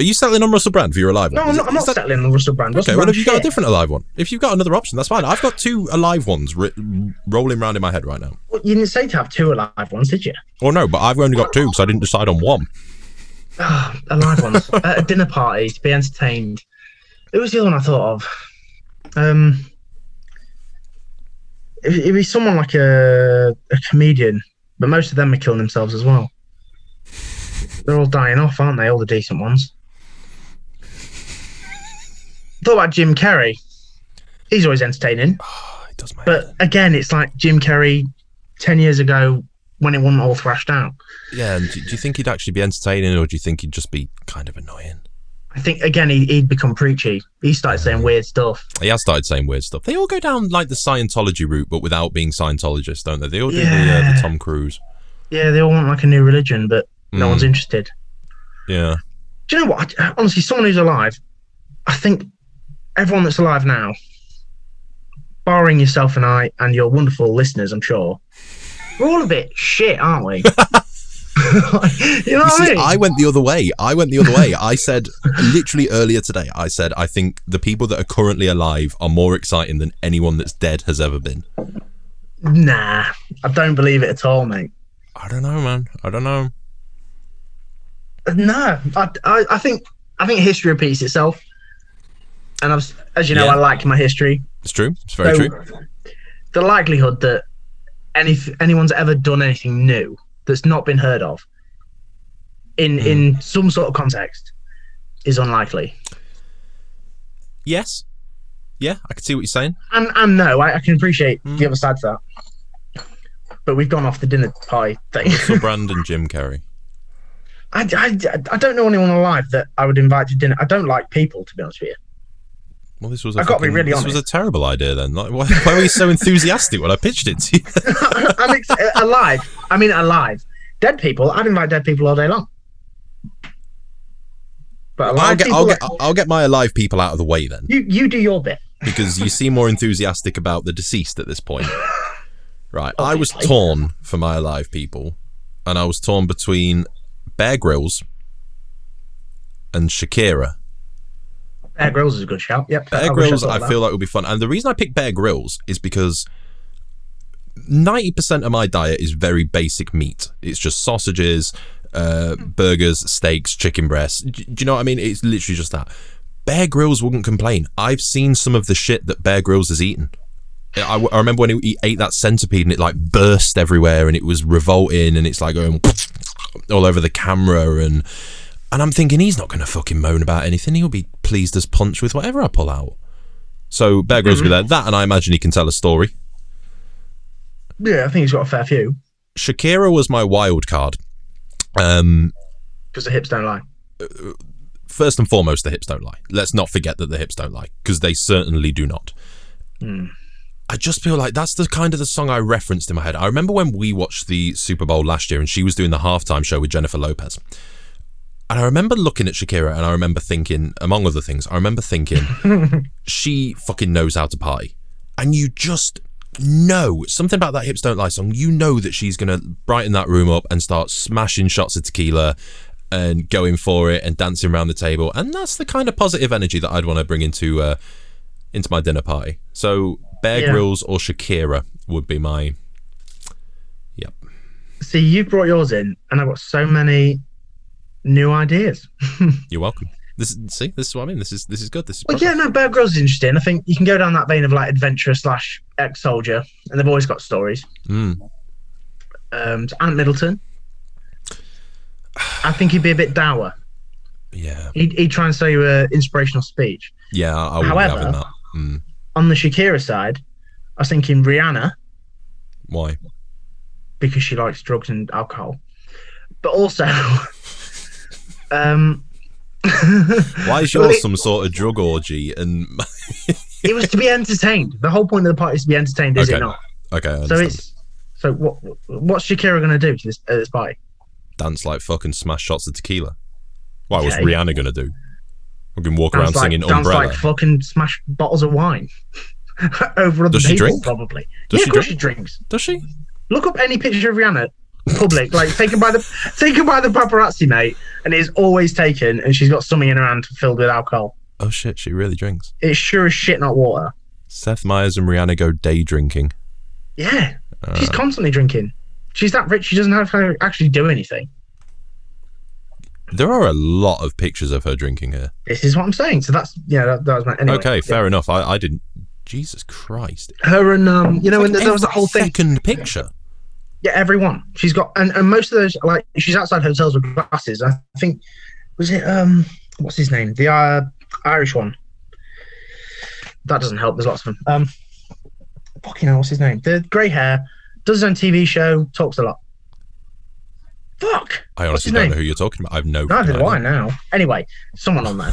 S1: are you settling on Russell Brand for your alive
S2: no,
S1: one?
S2: I'm
S1: Is
S2: not,
S1: it-
S2: I'm
S1: is
S2: not
S1: that-
S2: settling on Russell Brand. Russell
S1: Okay, well, if
S2: Brand's
S1: you've got a
S2: shit.
S1: different alive one, if you've got another option, that's fine. I've got two alive ones ri- rolling around in my head right now.
S2: Well, You didn't say to have two alive ones, did you?
S1: Or no, but I've only got two because I didn't decide on one.
S2: Ah, alive ones at a dinner party to be entertained. Who was the other one I thought of? Um, it, it'd be someone like a, a comedian, but most of them are killing themselves as well. They're all dying off, aren't they? All the decent ones. Thought about Jim Carrey. He's always entertaining,
S1: It does my
S2: but again, it's like Jim Carrey ten years ago when it wasn't all thrashed out.
S1: yeah, and do, do you think he'd actually be entertaining or do you think he'd just be kind of annoying?
S2: I think again he, he'd become preachy. He started saying weird stuff.
S1: He has started saying weird stuff. They all go down like the Scientology route, but without being Scientologists, don't they? They all do the, uh,
S2: Yeah.
S1: the Tom Cruise.
S2: Yeah, they all want like a new religion, but no
S1: Mm.
S2: one's interested.
S1: Yeah.
S2: Do you know what? I- honestly, someone who's alive, I think everyone that's alive now, barring yourself and I and your wonderful listeners, I'm sure, we're all a bit shit, aren't we? you know
S1: You
S2: what I
S1: see,
S2: mean?
S1: I went the other way. I went the other way. I said literally earlier today. I said I think the people that are currently alive are more exciting than anyone that's dead has ever been.
S2: Nah, I don't believe it at all, mate.
S1: I don't know, man. I don't know.
S2: No, I, I, I think I think history repeats itself, and I've, s- as you know,
S1: Yeah.
S2: I like my history.
S1: It's true. It's very
S2: So,
S1: true.
S2: The likelihood that any anyone's ever done anything new that's not been heard of
S1: Hmm.
S2: in in some sort of context is unlikely.
S1: Yes. Yeah, I can see what you're saying.
S2: And and no, I, I can appreciate
S1: Hmm.
S2: the other side to that. But we've gone off the dinner pie thing.
S1: Russell Brand and Jim Carrey.
S2: I, I, I don't know anyone alive that I would invite to dinner. I don't like people, to be honest with you.
S1: Well, this was a
S2: I've gotta be
S1: fucking-
S2: really
S1: this was a terrible idea then. Like, why, why were you so enthusiastic when I pitched it to you?
S2: I'm ex- uh, alive. I mean, alive. Dead people. I'd invite dead people all day long. But alive
S1: I'll get,
S2: people,
S1: I'll get, I'll get my alive people out of the way then,
S2: you you do your bit.
S1: because you seem more enthusiastic about the deceased at this point. Right, I was
S2: Obviously.
S1: torn for my alive people, and I was torn between Bear Grylls and Shakira.
S2: Bear Grylls is a good shout. Yep.
S1: Bear
S2: wish
S1: Grylls,
S2: thought
S1: I
S2: of that.
S1: feel like would be fun, and the reason I picked Bear Grylls is because ninety percent of my diet is very basic meat. It's just sausages, uh,
S2: Hmm.
S1: burgers, steaks, chicken breasts. D- Do you know what I mean? It's literally just that. Bear Grylls wouldn't complain. I've seen some of the shit that Bear Grylls has eaten. I, I remember when he ate that centipede and it like burst everywhere and it was revolting and it's like going all over the camera and and I'm thinking he's not going to fucking moan about anything. He'll be pleased as punch with whatever I pull out. So Bear Grylls will be there. That and I imagine he can tell a story.
S2: Yeah, I think he's got a fair few
S1: Shakira was my wild card. Um,
S2: because the hips don't lie.
S1: first and foremost, the hips don't lie. Let's not forget that the hips don't lie because they certainly do not. I just feel like that's the kind of the song I referenced in my head. I remember when we watched the Super Bowl last year and she was doing the halftime show with Jennifer Lopez. And I remember looking at Shakira and I remember thinking, among other things, I remember thinking, she fucking knows how to party. And you just know something about that Hips Don't Lie song. You know that she's going to brighten that room up and start smashing shots of tequila and going for it and dancing around the table. And that's the kind of positive energy that I'd want to bring into uh, into my dinner party. So Bear
S2: Yeah.
S1: Grylls or Shakira would be my. Yep.
S2: See, you brought yours in, and I've got so many new ideas.
S1: You're welcome. This is- see, this is what I mean. This is this is good. This is
S2: Well,
S1: proper.
S2: yeah, no, Bear Grylls is interesting. I think you can go down that vein of like adventurer slash ex soldier, and they've always got stories.
S1: Mm.
S2: Um, so Ant Middleton, I think he'd be a bit dour.
S1: yeah,
S2: He'd, he'd try and sell you an inspirational speech.
S1: yeah. I, I would be
S2: However-
S1: having that. Mm.
S2: On the Shakira side, I was thinking Rihanna
S1: Why?
S2: because she likes drugs and alcohol, but also, um,
S1: Why is
S2: Well,
S1: yours
S2: it-
S1: some sort of drug orgy? And
S2: it was to be entertained. The whole point of the party is to be entertained, is
S1: Okay,
S2: it not?
S1: okay, I
S2: So
S1: understand.
S2: it's so what? What's Shakira going to do to this, uh, this party?
S1: dance like fucking smash shots of tequila. Why was
S2: Okay.
S1: Rihanna gonna do? Fucking walk around
S2: Sounds like,
S1: singing
S2: sounds
S1: Umbrella.
S2: like fucking smash bottles of wine over other
S1: Does she
S2: people,
S1: drink?
S2: probably.
S1: Does
S2: yeah,
S1: she
S2: of course
S1: drink?
S2: she drinks.
S1: Does she?
S2: Look up any picture of Rihanna, public, like taken by the taken by the paparazzi, mate, and it's always taken, and she's got something in her hand filled with alcohol.
S1: Oh shit, she really drinks.
S2: It's sure as shit not water.
S1: Seth Meyers and Rihanna go day drinking. Uh,
S2: Yeah, she's constantly drinking. She's that rich; she doesn't have to actually do anything.
S1: There are a lot of pictures of her drinking here.
S2: This is what I'm saying. So that's yeah, that, that was my anyway.
S1: okay, fair enough. I, I didn't. Jesus Christ.
S2: Her and um, you know, and there was that
S1: Every
S2: whole thing.
S1: Second picture.
S2: Yeah, everyone. She's got and, and most of those like she's outside hotels with glasses. I think was it um what's his name? The uh, Irish one. That doesn't help. There's lots of them. Um, fucking hell, what's his name? The grey hair does his own TV show, talks a lot. Fuck.
S1: I honestly
S2: his
S1: don't
S2: name?
S1: know who you're talking about. I've no.
S2: Neither
S1: fucking
S2: do I
S1: idea.
S2: now. Anyway, someone on there.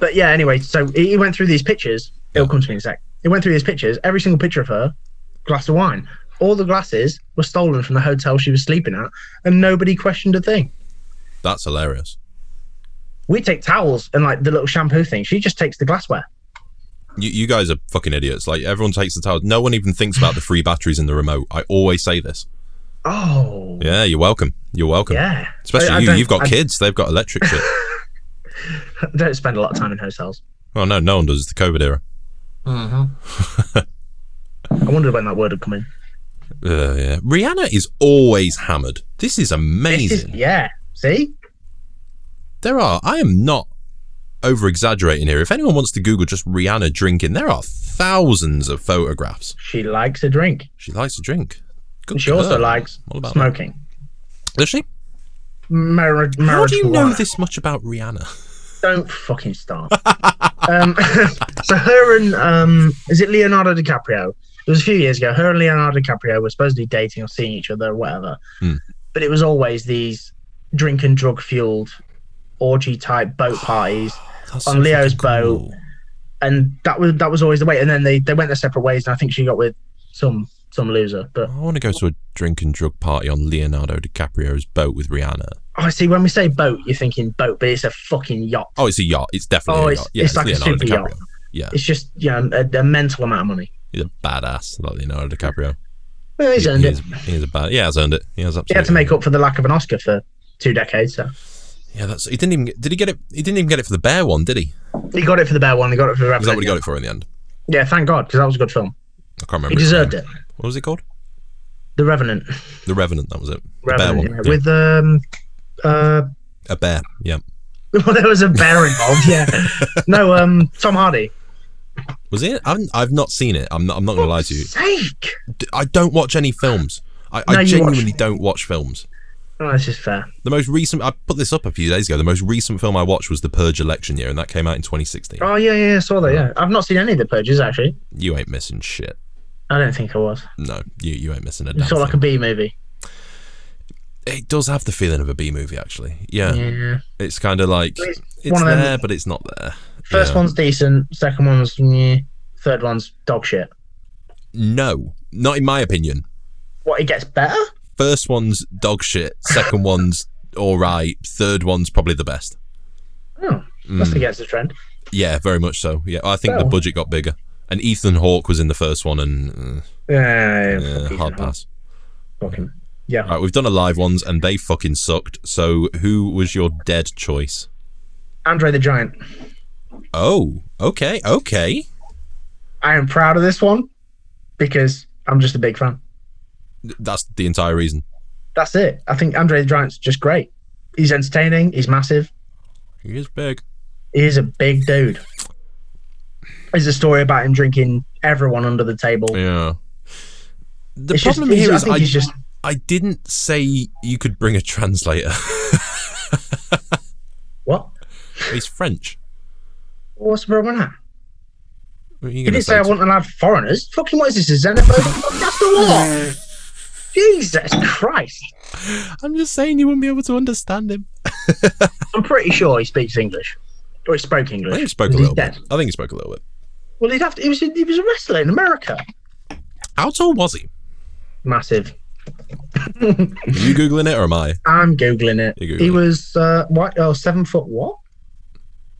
S2: but yeah, anyway, so he he went through these pictures. It'll come to me in a sec. He went through these pictures, every single picture of her, glass of wine. All the glasses were stolen from the hotel she was sleeping at, and nobody questioned a thing.
S1: That's hilarious.
S2: We take towels and like the little shampoo thing. She just takes the glassware.
S1: You, you guys are fucking idiots. Like everyone takes the towel. No one even thinks about the free batteries in the remote. I always say this.
S2: Oh,
S1: Yeah, you're welcome. You're welcome.
S2: yeah.
S1: Especially
S2: I- I
S1: you.
S2: don't-
S1: You've got
S2: I
S1: kids. They've got electric shit.
S2: don't spend a lot of time in hotels.
S1: Well, no, no one does. It's the COVID era.
S2: I wondered when that word would come in.
S1: Uh, yeah. Rihanna is always hammered. This is amazing.
S2: This is- yeah. See?
S1: there are. I am not over exaggerating here. If anyone wants to Google just Rihanna drinking, there are thousands of photographs.
S2: She likes a drink.
S1: She likes to drink. Good
S2: And she
S1: for
S2: also
S1: her.
S2: likes
S1: All about that.
S2: smoking.
S1: Does she?
S2: Mar-
S1: How do you know
S2: marijuana.
S1: this much about Rihanna?
S2: Don't fucking start. um, so her and um, is it Leonardo DiCaprio? It was a few years ago. Her and Leonardo DiCaprio were supposedly dating or seeing each other or whatever,
S1: Hmm.
S2: but it was always these drink and drug fueled orgy type boat parties,
S1: That's
S2: On
S1: so
S2: Leo's
S1: fucking cool.
S2: and that was that was always the way. And then they they went their separate ways, and I think she got with some some loser. But
S1: I want to go to a drink and drug party on Leonardo DiCaprio's boat with Rihanna.
S2: I see when we say boat, you're thinking boat, but it's a fucking yacht.
S1: Oh, it's a yacht. It's definitely
S2: Oh,
S1: a
S2: it's-
S1: yacht. Yeah,
S2: it's like a
S1: Leonardo
S2: super yacht.
S1: DiCaprio. Yeah,
S2: It's just you know a, a mental amount of money.
S1: he's a badass, like Leonardo DiCaprio.
S2: Well, he's
S1: He-
S2: earned
S1: he
S2: it.
S1: is- He is a bad. Yeah, has earned it. He has absolutely.
S2: He had to make up for the lack of an Oscar for two decades. So
S1: Yeah, that's. He didn't even. Get, did he get it? He didn't even get it for the bear one, did he?
S2: he got it for the bear one. He got it for the
S1: Was that what he
S2: Revenant.
S1: got it for in the end?
S2: Yeah, thank God because that was a good film.
S1: I can't remember.
S2: He
S1: its
S2: deserved
S1: name.
S2: it.
S1: What was it called?
S2: The Revenant.
S1: The Revenant. That was it. The bear
S2: Revenant
S1: one.
S2: yeah,
S1: yeah.
S2: with um uh
S1: a bear. Yeah.
S2: well there was a bear involved. Yeah, no um Tom Hardy.
S1: Was it? I've, I've not seen it. I'm not. I'm not gonna lie to you.
S2: Sake.
S1: D- I don't watch any films. I,
S2: No,
S1: I
S2: you
S1: genuinely
S2: watch.
S1: don't watch films.
S2: Oh, this is fair.
S1: The most recent. I put this up a few days ago. The most recent film I watched was The Purge Election Year, and that came out in 2016.
S2: Oh yeah, yeah, I saw that. Yeah, I've not seen any of the purges actually.
S1: You ain't missing shit.
S2: I don't think I was.
S1: No, you you ain't missing a damn
S2: It's sort of like a
S1: thing.
S2: B movie.
S1: It does have the feeling of a B movie, actually. Yeah,
S2: Yeah.
S1: it's kind of like
S2: It's
S1: it's,
S2: one of them-
S1: there, but it's not there.
S2: First
S1: Yeah.
S2: one's decent. Second one's yeah. Third one's dog shit.
S1: No, not in my opinion.
S2: What? It gets better.
S1: First one's dog shit. Second one's all right. Third one's probably the best.
S2: Oh, that's
S1: Hmm.
S2: against the trend.
S1: Yeah, very much so. Yeah, I think the
S2: Well.
S1: budget got bigger. And Ethan Hawke was in the first one, and uh,
S2: Yeah,
S1: yeah,
S2: fucking
S1: hard
S2: hell.
S1: pass.
S2: Fucking- Yeah.
S1: Right, we've done a live ones and they fucking sucked. So who was your dead choice?
S2: Andre the Giant.
S1: Oh, okay, okay.
S2: I am proud of this one because I'm just a big fan.
S1: That's the entire reason.
S2: That's it. I think Andre the Giant's just great. He's entertaining. He's massive.
S1: He is big.
S2: He is a big dude. There's a story about him drinking everyone under the table.
S1: Yeah. The
S2: It's just-
S1: problem
S2: it's-
S1: here
S2: I
S1: is
S2: think
S1: I,
S2: it's just-
S1: I didn't say you could bring a translator.
S2: What?
S1: He's French.
S2: What's the problem with that?
S1: What are you
S2: You
S1: going to
S2: didn't say
S1: say?
S2: I
S1: to-
S2: wasn't allowed foreigners. Fucking what is this? A xenophobic podcast or what? Jesus Christ.
S1: I'm just saying you wouldn't be able to understand him.
S2: I'm pretty sure he speaks English. Or he spoke English.
S1: I think he spoke a
S2: He's
S1: little
S2: dead.
S1: bit. I think he spoke a little bit.
S2: Well, he'd have to, he was he was a wrestler in America.
S1: How tall was he?
S2: Massive.
S1: Are you googling it or am I?
S2: I'm googling it.
S1: You Google
S2: he
S1: it.
S2: was uh, what? Oh, seven foot what?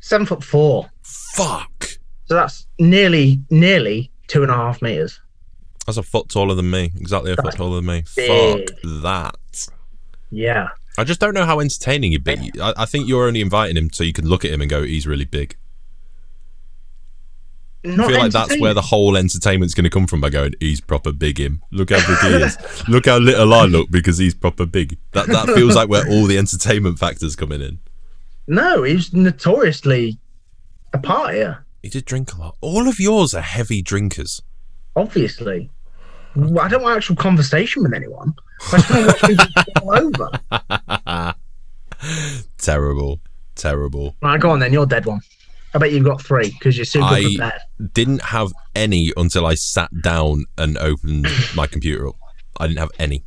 S2: Seven foot four.
S1: Fuck.
S2: So that's nearly nearly two and a half meters.
S1: That's a foot taller than me. Exactly a foot taller than me.
S2: big.
S1: Fuck that.
S2: Yeah.
S1: I just don't know how entertaining he'd be. I, I think you're only inviting him so you can look at him and go, he's really big. I
S2: Not
S1: feel like that's where the whole entertainment's going to come from by going, he's proper big him. Look how big he is. Look how little I look because he's proper big. That that feels like where all the entertainment factors coming in.
S2: No, he was notoriously a partier.
S1: He did drink a lot. All of yours are heavy drinkers.
S2: Obviously. Well, I don't want actual conversation with anyone. I just want to watch people fall over.
S1: Terrible. Terrible.
S2: Right, go on then. You're dead one. I bet you've got three because you're super
S1: I-
S2: prepared.
S1: Didn't have any until I sat down and opened my computer up. I didn't have any.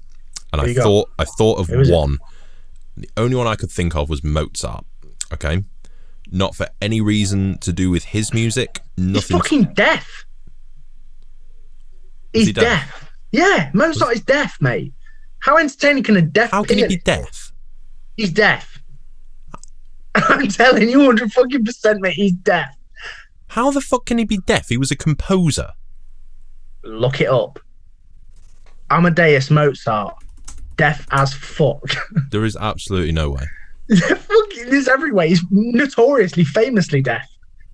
S1: And
S2: There
S1: I
S2: you go.
S1: thought I thought of
S2: Who is it?
S1: one. The only one I could think of was Mozart. Okay? Not for any reason to do with his music.
S2: He's
S1: Nothing to
S2: fucking deaf. He's
S1: he deaf?
S2: deaf? Yeah, Mozart is deaf, mate. How entertaining can a deaf
S1: How can he
S2: pianist?
S1: be deaf?
S2: He's deaf. I'm telling you, hundred fucking percent, mate. He's deaf.
S1: How the fuck can he be deaf? He was a composer.
S2: Look it up. Amadeus Mozart, deaf as fuck.
S1: There is absolutely no way.
S2: fucking this everywhere. He's notoriously, famously deaf.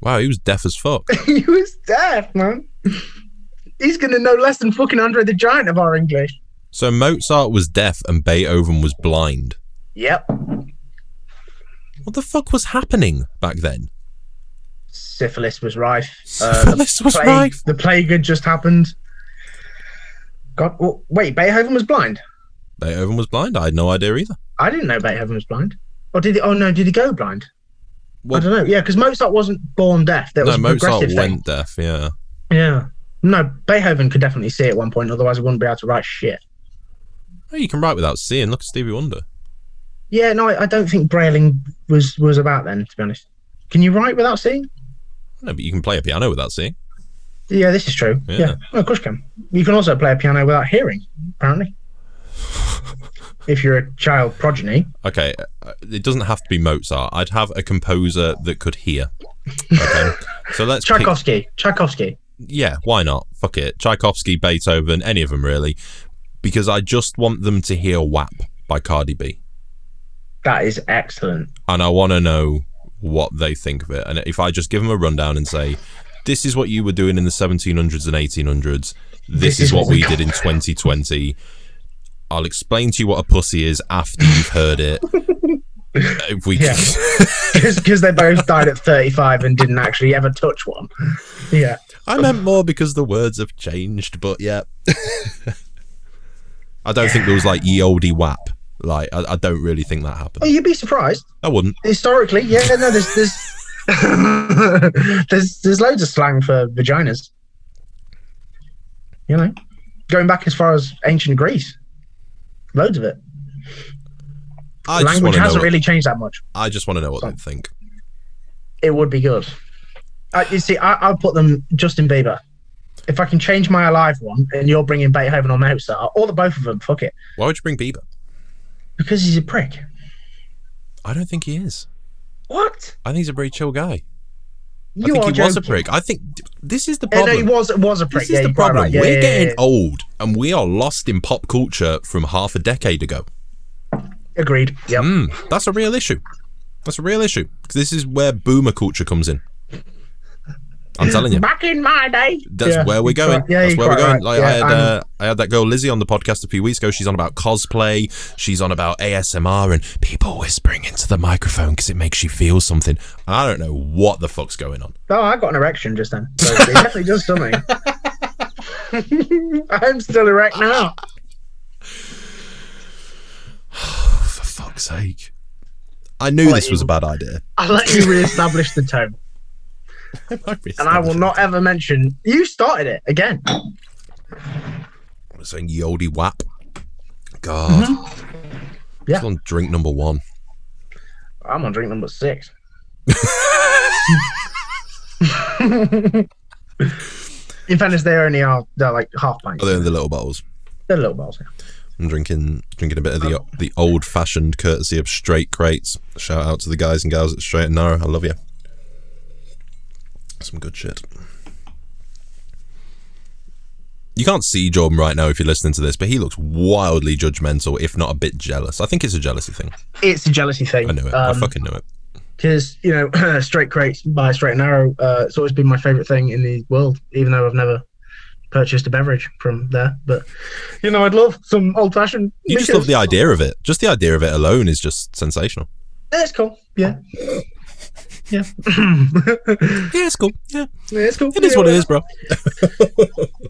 S1: Wow, he was deaf as fuck.
S2: he was deaf, man. He's gonna know less than fucking Andre the Giant of our English.
S1: so Mozart was deaf and Beethoven was blind.
S2: Yep.
S1: What the fuck was happening back then?
S2: syphilis was rife. Uh, the
S1: Syphilis was
S2: plague,
S1: rife.
S2: The plague had just happened. God, w wait, Beethoven was blind.
S1: Beethoven was blind. I had no idea either.
S2: I didn't know Beethoven was blind. Or did he? Oh no, did he go blind?
S1: Well-
S2: I don't know. Yeah, because Mozart wasn't born deaf. That
S1: No,
S2: was a
S1: Mozart
S2: progressive
S1: went
S2: thing.
S1: deaf. Yeah.
S2: Yeah. No, Beethoven could definitely see at one point. Otherwise, he wouldn't be able to write shit.
S1: Oh, you can write without seeing. Look at Stevie Wonder.
S2: Yeah. No, I, I don't think brailing was was about then. To be honest, can you write without seeing?
S1: No, but you can play a piano without seeing.
S2: Yeah, this is true.
S1: Yeah.
S2: Yeah, Well, of course you can. You can also play a piano without hearing, apparently. if you're a child progeny,
S1: Okay, uh, it doesn't have to be Mozart. I'd have a composer that could hear. Okay, so let's pick
S2: Tchaikovsky, Tchaikovsky.
S1: yeah, why not? Fuck it. Tchaikovsky, Beethoven, any of them really, because I just want them to hear "WAP" by Cardi B,
S2: That is excellent.
S1: and I want to know what they think of it. And if I just give them a rundown and say, "This is what you were doing in the 1700s and 1800s. This, is, what we did in 2020." I'll explain to you what a pussy is after you've heard it. if we
S2: Yeah. Because they both died at 35 and didn't actually ever touch one. Yeah.
S1: I meant more because the words have changed, but yeah. I don't think there was like ye olde wap. Like, I, I don't really think that
S2: Oh,
S1: happened.
S2: you'd be surprised.
S1: I wouldn't.
S2: Historically, yeah, no, there's there's there's, there's loads of slang for vaginas. You know, going back as far as ancient Greece, loads of it.
S1: I just want
S2: Language
S1: to know.
S2: hasn't
S1: What,
S2: really changed that much.
S1: I just want to know what they think.
S2: it would be good. Uh, you see, I, I'll put them Justin Bieber. If I can change my alive one, and you're bringing Beethoven or Mozart, or the both of them, fuck it,
S1: Why would you bring Bieber?
S2: because he's a prick.
S1: I don't think he is.
S2: What?
S1: I think he's a very chill guy. I
S2: You
S1: think
S2: are
S1: he was a
S2: joking.
S1: prick. I think this is the
S2: Yeah, no,
S1: problem.
S2: he was was a prick.
S1: This
S2: yeah,
S1: is the
S2: you're quite
S1: problem.
S2: right. Yeah,
S1: We're
S2: yeah, yeah,
S1: getting
S2: yeah.
S1: old. and we are lost in pop culture from half a decade ago.
S2: Agreed. Yep.
S1: Mm, that's a real issue. That's a real issue. 'Cause This is where boomer culture comes in. I'm telling you,
S2: Back in my day.
S1: that's
S2: Yeah,
S1: where we're
S2: you're
S1: going.
S2: quite- yeah,
S1: that's
S2: you're
S1: where we're
S2: quite
S1: going.
S2: right.
S1: Like I
S2: Yeah,
S1: had, uh,
S2: I'm-
S1: I had that girl Lizzie on the podcast a few weeks ago. She's on about cosplay. She's on about ASMR and people whispering into the microphone because it makes you feel something. I don't know what the fuck's going on.
S2: Oh, I got an erection just then. So it definitely does something. I'm still erect now.
S1: For fuck's sake. I knew this was a bad idea.
S2: I let you re-establish the tone, and I will not ever mention you started it again.
S1: saying Yodi Wap. God.
S2: Mm-hmm. Yeah.
S1: Still on drink number one.
S2: I'm on drink number six. In fairness, they only are they're like half pints.
S1: Other than the little bottles.
S2: They're little bottles. yeah.
S1: I'm drinking drinking a bit of the the old fashioned courtesy of straight crates. Shout out to the guys and gals at Straight and Narrow. I love you. Some good shit. You can't see Jordan right now if you're listening to this, but he looks wildly judgmental, if not a bit jealous. I think it's a jealousy thing.
S2: It's a jealousy thing.
S1: I knew it.
S2: Um,
S1: I fucking knew it.
S2: because you know straight crates by straight and narrow uh, it's always been my favorite thing in the world even though i've never purchased a beverage from there but you know i'd love some old fashioned
S1: You just love the idea of it. Just the idea of it alone is just sensational.
S2: it's cool yeah yeah
S1: Yeah, it's cool. Yeah,
S2: it's cool
S1: it is what it is, bro.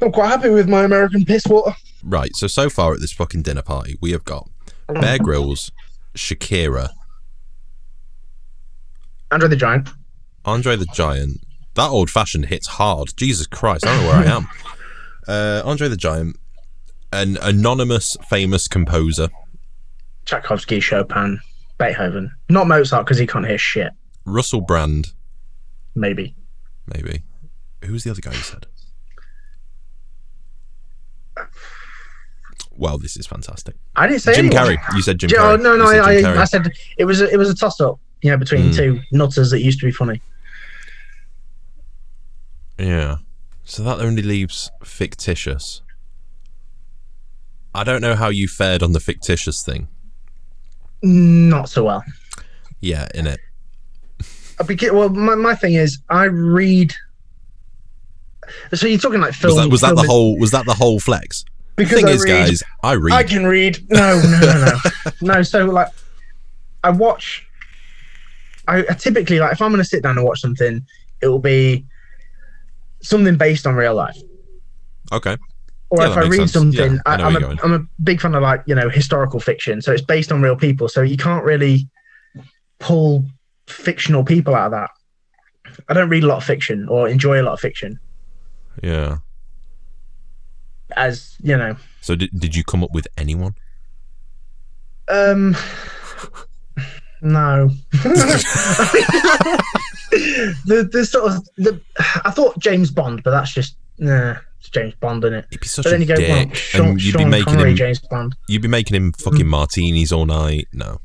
S2: i'm quite happy with my american piss water
S1: Right. So so far at this fucking dinner party, we have got Bear Grylls, Shakira,
S2: andre the giant
S1: Andre the Giant. That old fashioned hits hard. Jesus Christ, I don't know where I am. Uh, Andre the Giant, an anonymous famous composer.
S2: tchaikovsky chopin beethoven not mozart because he can't hear shit
S1: Russell Brand,
S2: maybe
S1: maybe. Who was the other guy you said? Wow, this is fantastic.
S2: i didn't say
S1: Jim
S2: anyone.
S1: Carrey. You said Jim
S2: Jim-
S1: Carrey.
S2: oh, no,
S1: You
S2: no,
S1: said
S2: I,
S1: Jim Carrey.
S2: I, I said it was a, it was a toss up, you know, between
S1: Mm.
S2: two nutters that used to be funny.
S1: Yeah. So that only leaves fictitious. I don't know how you fared on the fictitious thing.
S2: Not so well.
S1: Yeah, in it.
S2: I begin, well, my, my thing is, I read. So you're talking like film.
S1: Was that was that
S2: film
S1: the
S2: is-
S1: whole was that the whole flex?
S2: Because
S1: Thing
S2: I
S1: is,
S2: read,
S1: guys, I read.
S2: I can read. No, no, no, no, no. So like, I watch. I, I typically like if I'm going to sit down and watch something, it will be something based on real life.
S1: okay.
S2: Or
S1: Yeah,
S2: if
S1: that
S2: I
S1: makes
S2: read
S1: sense.
S2: something,
S1: Yeah, I
S2: I,
S1: know
S2: I'm,
S1: where you're
S2: a, I'm a big fan of like you know historical fiction, so it's based on real people. So you can't really pull fictional people out of that. I don't read a lot of fiction or enjoy a lot of fiction.
S1: Yeah.
S2: as you know
S1: So did, did you come up with anyone?
S2: um no the the sort of the i thought james bond but that's just nah it's james bond in it
S1: He'd be
S2: but
S1: such
S2: then
S1: a
S2: you go well,
S1: dick,
S2: sean,
S1: and you'd
S2: Sean
S1: be making
S2: Connery,
S1: him
S2: james Hmm. bond
S1: you'd be making him fucking martinis all night. No,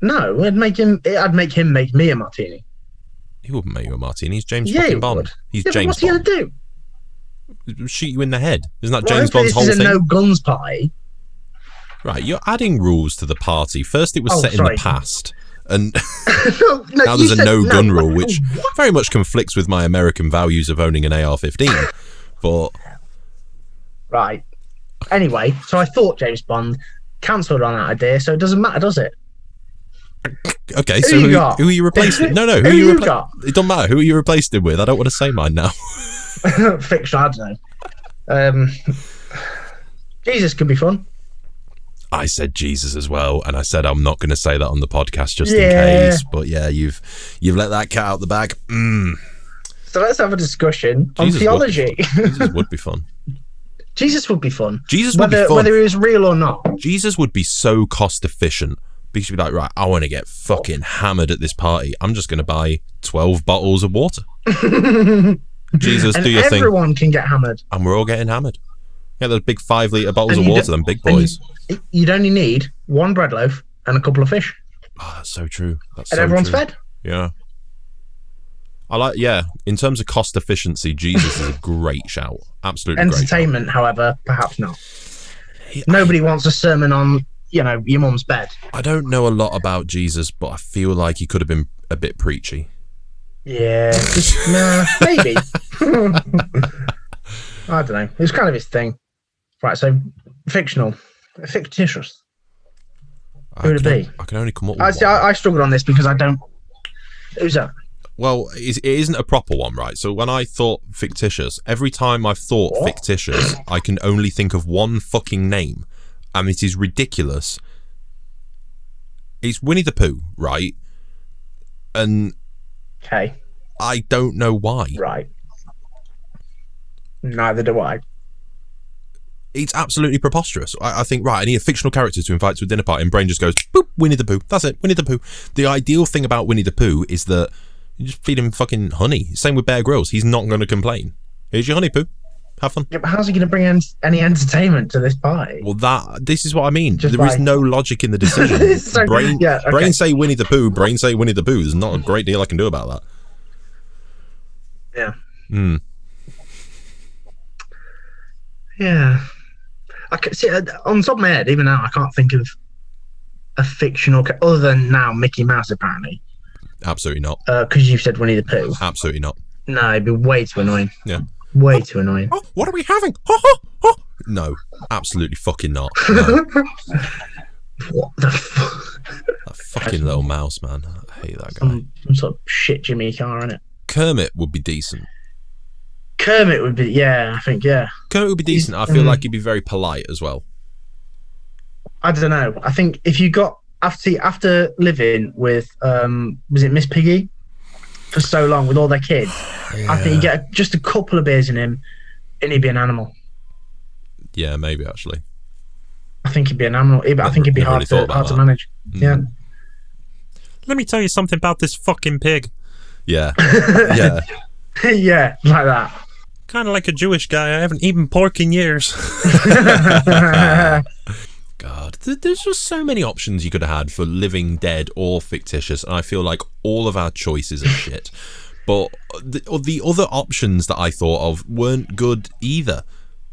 S2: no i'd make him i'd make him make me a martini
S1: he wouldn't make you a martini. He's James
S2: Yeah, he
S1: fucking Bond.
S2: would.
S1: He's
S2: yeah, but
S1: James
S2: what's he gonna
S1: Bond.
S2: do
S1: Shoot you in the head. Isn't that
S2: Well,
S1: James
S2: hopefully
S1: Bond's whole
S2: this is
S1: thing?
S2: a no guns party
S1: Right, you're adding rules to the party. First, it was
S2: Oh,
S1: set in
S2: sorry.
S1: the past, and
S2: no, no,
S1: now
S2: you
S1: there's a
S2: said
S1: no gun
S2: no.
S1: rule, which very much conflicts with my American values of owning an AR-15. But
S2: right anyway so i thought james bond cancelled on that idea so it doesn't matter does it
S1: okay,
S2: Who
S1: so
S2: you
S1: who,
S2: got?
S1: who are you replacing? No, no, who,
S2: Who
S1: are you,
S2: you
S1: repla-
S2: got?
S1: It don't matter who are you replaced him with. I don't want to say mine now.
S2: fiction. I don't know. Um, Jesus could be fun.
S1: I said Jesus as well, and I said I'm not going to say that on the podcast just
S2: Yeah.
S1: in case. But yeah, you've you've let that cat out the bag. Mm.
S2: So let's have a discussion on
S1: Jesus
S2: theology.
S1: Would, Jesus would be fun.
S2: Jesus would be fun,
S1: Jesus would
S2: whether
S1: be fun.
S2: whether he was real or not.
S1: Jesus would be so cost efficient because you'd be like, right, I want to get fucking hammered at this party. I'm just going to buy 12 bottles of water. Jesus,
S2: and
S1: do your thing.
S2: everyone can get hammered.
S1: And we're all getting hammered. Yeah, those big five litre bottles
S2: And
S1: of
S2: you
S1: water,
S2: don't-
S1: them big
S2: and you-
S1: boys.
S2: You'd only need one bread loaf and a couple of fish,
S1: Oh, that's so true. That's
S2: and
S1: so
S2: everyone's
S1: true.
S2: fed.
S1: Yeah. I like, yeah, in terms of cost efficiency, Jesus is a great shout. Absolutely great. shout.
S2: Entertainment, however, perhaps not.
S1: He-
S2: Nobody wants a sermon on you know your mum's bed.
S1: I don't know a lot about Jesus, but I feel like he could have been a bit preachy.
S2: Yeah, just, nah, maybe. I don't know. It was kind of his thing. Right, so fictional, fictitious.
S1: I
S2: Who would it
S1: can-
S2: be?
S1: I can only come up with
S2: I,
S1: one.
S2: see, I, I struggled on this because I don't. Who's that?
S1: Well, it it isn't a proper one, right? So when I thought fictitious, every time I've thought
S2: What?
S1: fictitious, I can only think of one fucking name, and it is ridiculous. It's Winnie the Pooh, right? And
S2: Okay,
S1: I don't know why.
S2: right. Neither do I.
S1: It's absolutely preposterous. I, I think, right, I need a fictional character to invite to a dinner party, and brain just goes, boop, Winnie the Pooh. That's it, Winnie the Pooh. The ideal thing about Winnie the Pooh is that you just feed him fucking honey. Same with Bear Grylls. He's not going to complain. Here's your honey, Pooh. Have fun.
S2: Yeah, but how's he going to bring en- any entertainment to this party?
S1: Well, that this is what I mean. There
S2: Just
S1: is
S2: like-
S1: no logic in the decision.
S2: So-
S1: brain,
S2: yeah, okay.
S1: brain say Winnie the Pooh. Brain say Winnie the Pooh. There's not a great deal I can do about that.
S2: Yeah.
S1: Hmm.
S2: Yeah. I can see uh, on the top of my head, even now, I can't think of a fictional ca- other than now Mickey Mouse apparently
S1: Absolutely not.
S2: because you've said Winnie the Pooh.
S1: Absolutely not.
S2: No, it'd be way too annoying.
S1: Yeah.
S2: Way too annoying.
S1: Oh, what are we having? Ha, ha, ha. No, absolutely fucking not. No,
S2: What the fuck?
S1: that fucking little mouse man. I hate that guy.
S2: Some, some sort of shit Jimmy Carr in it.
S1: Kermit would be decent.
S2: Kermit would be, yeah, I think, yeah.
S1: Kermit would be
S2: He's-
S1: decent. I feel
S2: mm.
S1: like he'd be very polite as well.
S2: I don't know. I think if you got after after living with um was it Miss Piggy for so long with all their kids, I think you get a, just a couple of beers in him, and he'd be an animal.
S1: Yeah, maybe actually.
S2: I think he'd be an animal. He- I think it'd be
S1: Never
S2: hard
S1: really thought
S2: to
S1: about
S2: hard to
S1: that.
S2: manage.
S1: Hmm.
S2: Yeah.
S1: Let me tell you something about this fucking pig. Yeah, yeah. Mm.
S2: yeah, like that.
S1: kind of like a Jewish guy. I haven't eaten pork in years. God, th- there's just so many options you could have had for living, dead, or fictitious, and I feel like all of our choices are shit. But the, or the other options that I thought of weren't good either,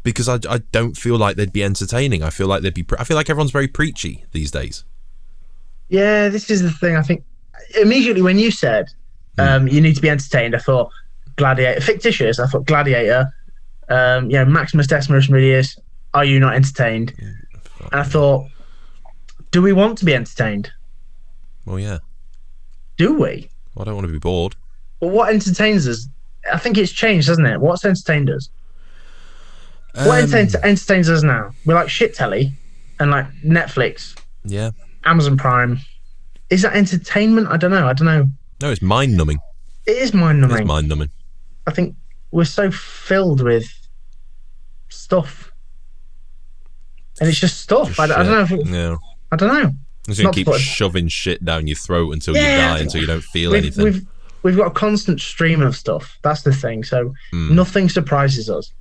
S1: because I, I don't feel like they'd be entertaining. I feel like they'd be. Pre- I feel like everyone's very preachy these days.
S2: Yeah, this is the thing. I think immediately when you said um, you need to be entertained, I thought Gladiator, fictitious. I thought Gladiator. Um, you know, Maximus Decimus Meridius. Are you not entertained? And I thought, do we want to be entertained?
S1: Well, yeah,
S2: Do we?
S1: I don't want to be bored.
S2: Well, what entertains us? I think it's changed, hasn't it? What's entertained us? what
S1: Um,
S2: entertains, entertains us now? We like shit telly and like Netflix,
S1: Yeah,
S2: Amazon Prime. Is that entertainment? I don't know. I don't know.
S1: no, it's mind numbing.
S2: It is mind
S1: It's
S2: numbing.
S1: mind numbing.
S2: I think we're so filled with stuff, and it's just stuff. I, don't- I don't know. If,
S1: Yeah.
S2: I don't know.
S1: I'm just gonna
S2: Not
S1: keep
S2: put-
S1: shoving shit down your throat until you
S2: Yeah.
S1: die, until you don't feel
S2: We've,
S1: anything.
S2: we've we've got a constant stream of stuff. That's the thing. So
S1: Hmm.
S2: nothing surprises us,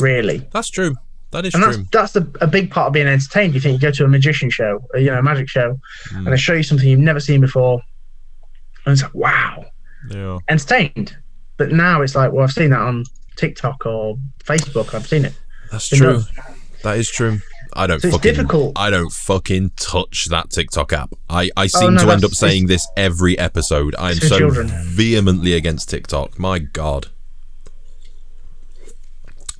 S2: really.
S1: That's true. That is
S2: And
S1: true.
S2: that's that's a, a big part of being entertained. You think you go to a magician show, uh, you know, a magic show,
S1: Hmm.
S2: and they show you something you've never seen before, and it's like wow,
S1: Yeah.
S2: entertained. But now it's like, well, I've seen that on TikTok or Facebook. I've seen it.
S1: That's
S2: Who
S1: true.
S2: knows?
S1: That is true. I don't
S2: So it's
S1: fucking
S2: difficult. Oh,
S1: I don't fucking touch that TikTok app. I, I seem
S2: no,
S1: to end
S2: that's-
S1: up saying this every episode. I am
S2: for
S1: so
S2: children.
S1: vehemently against TikTok. My god.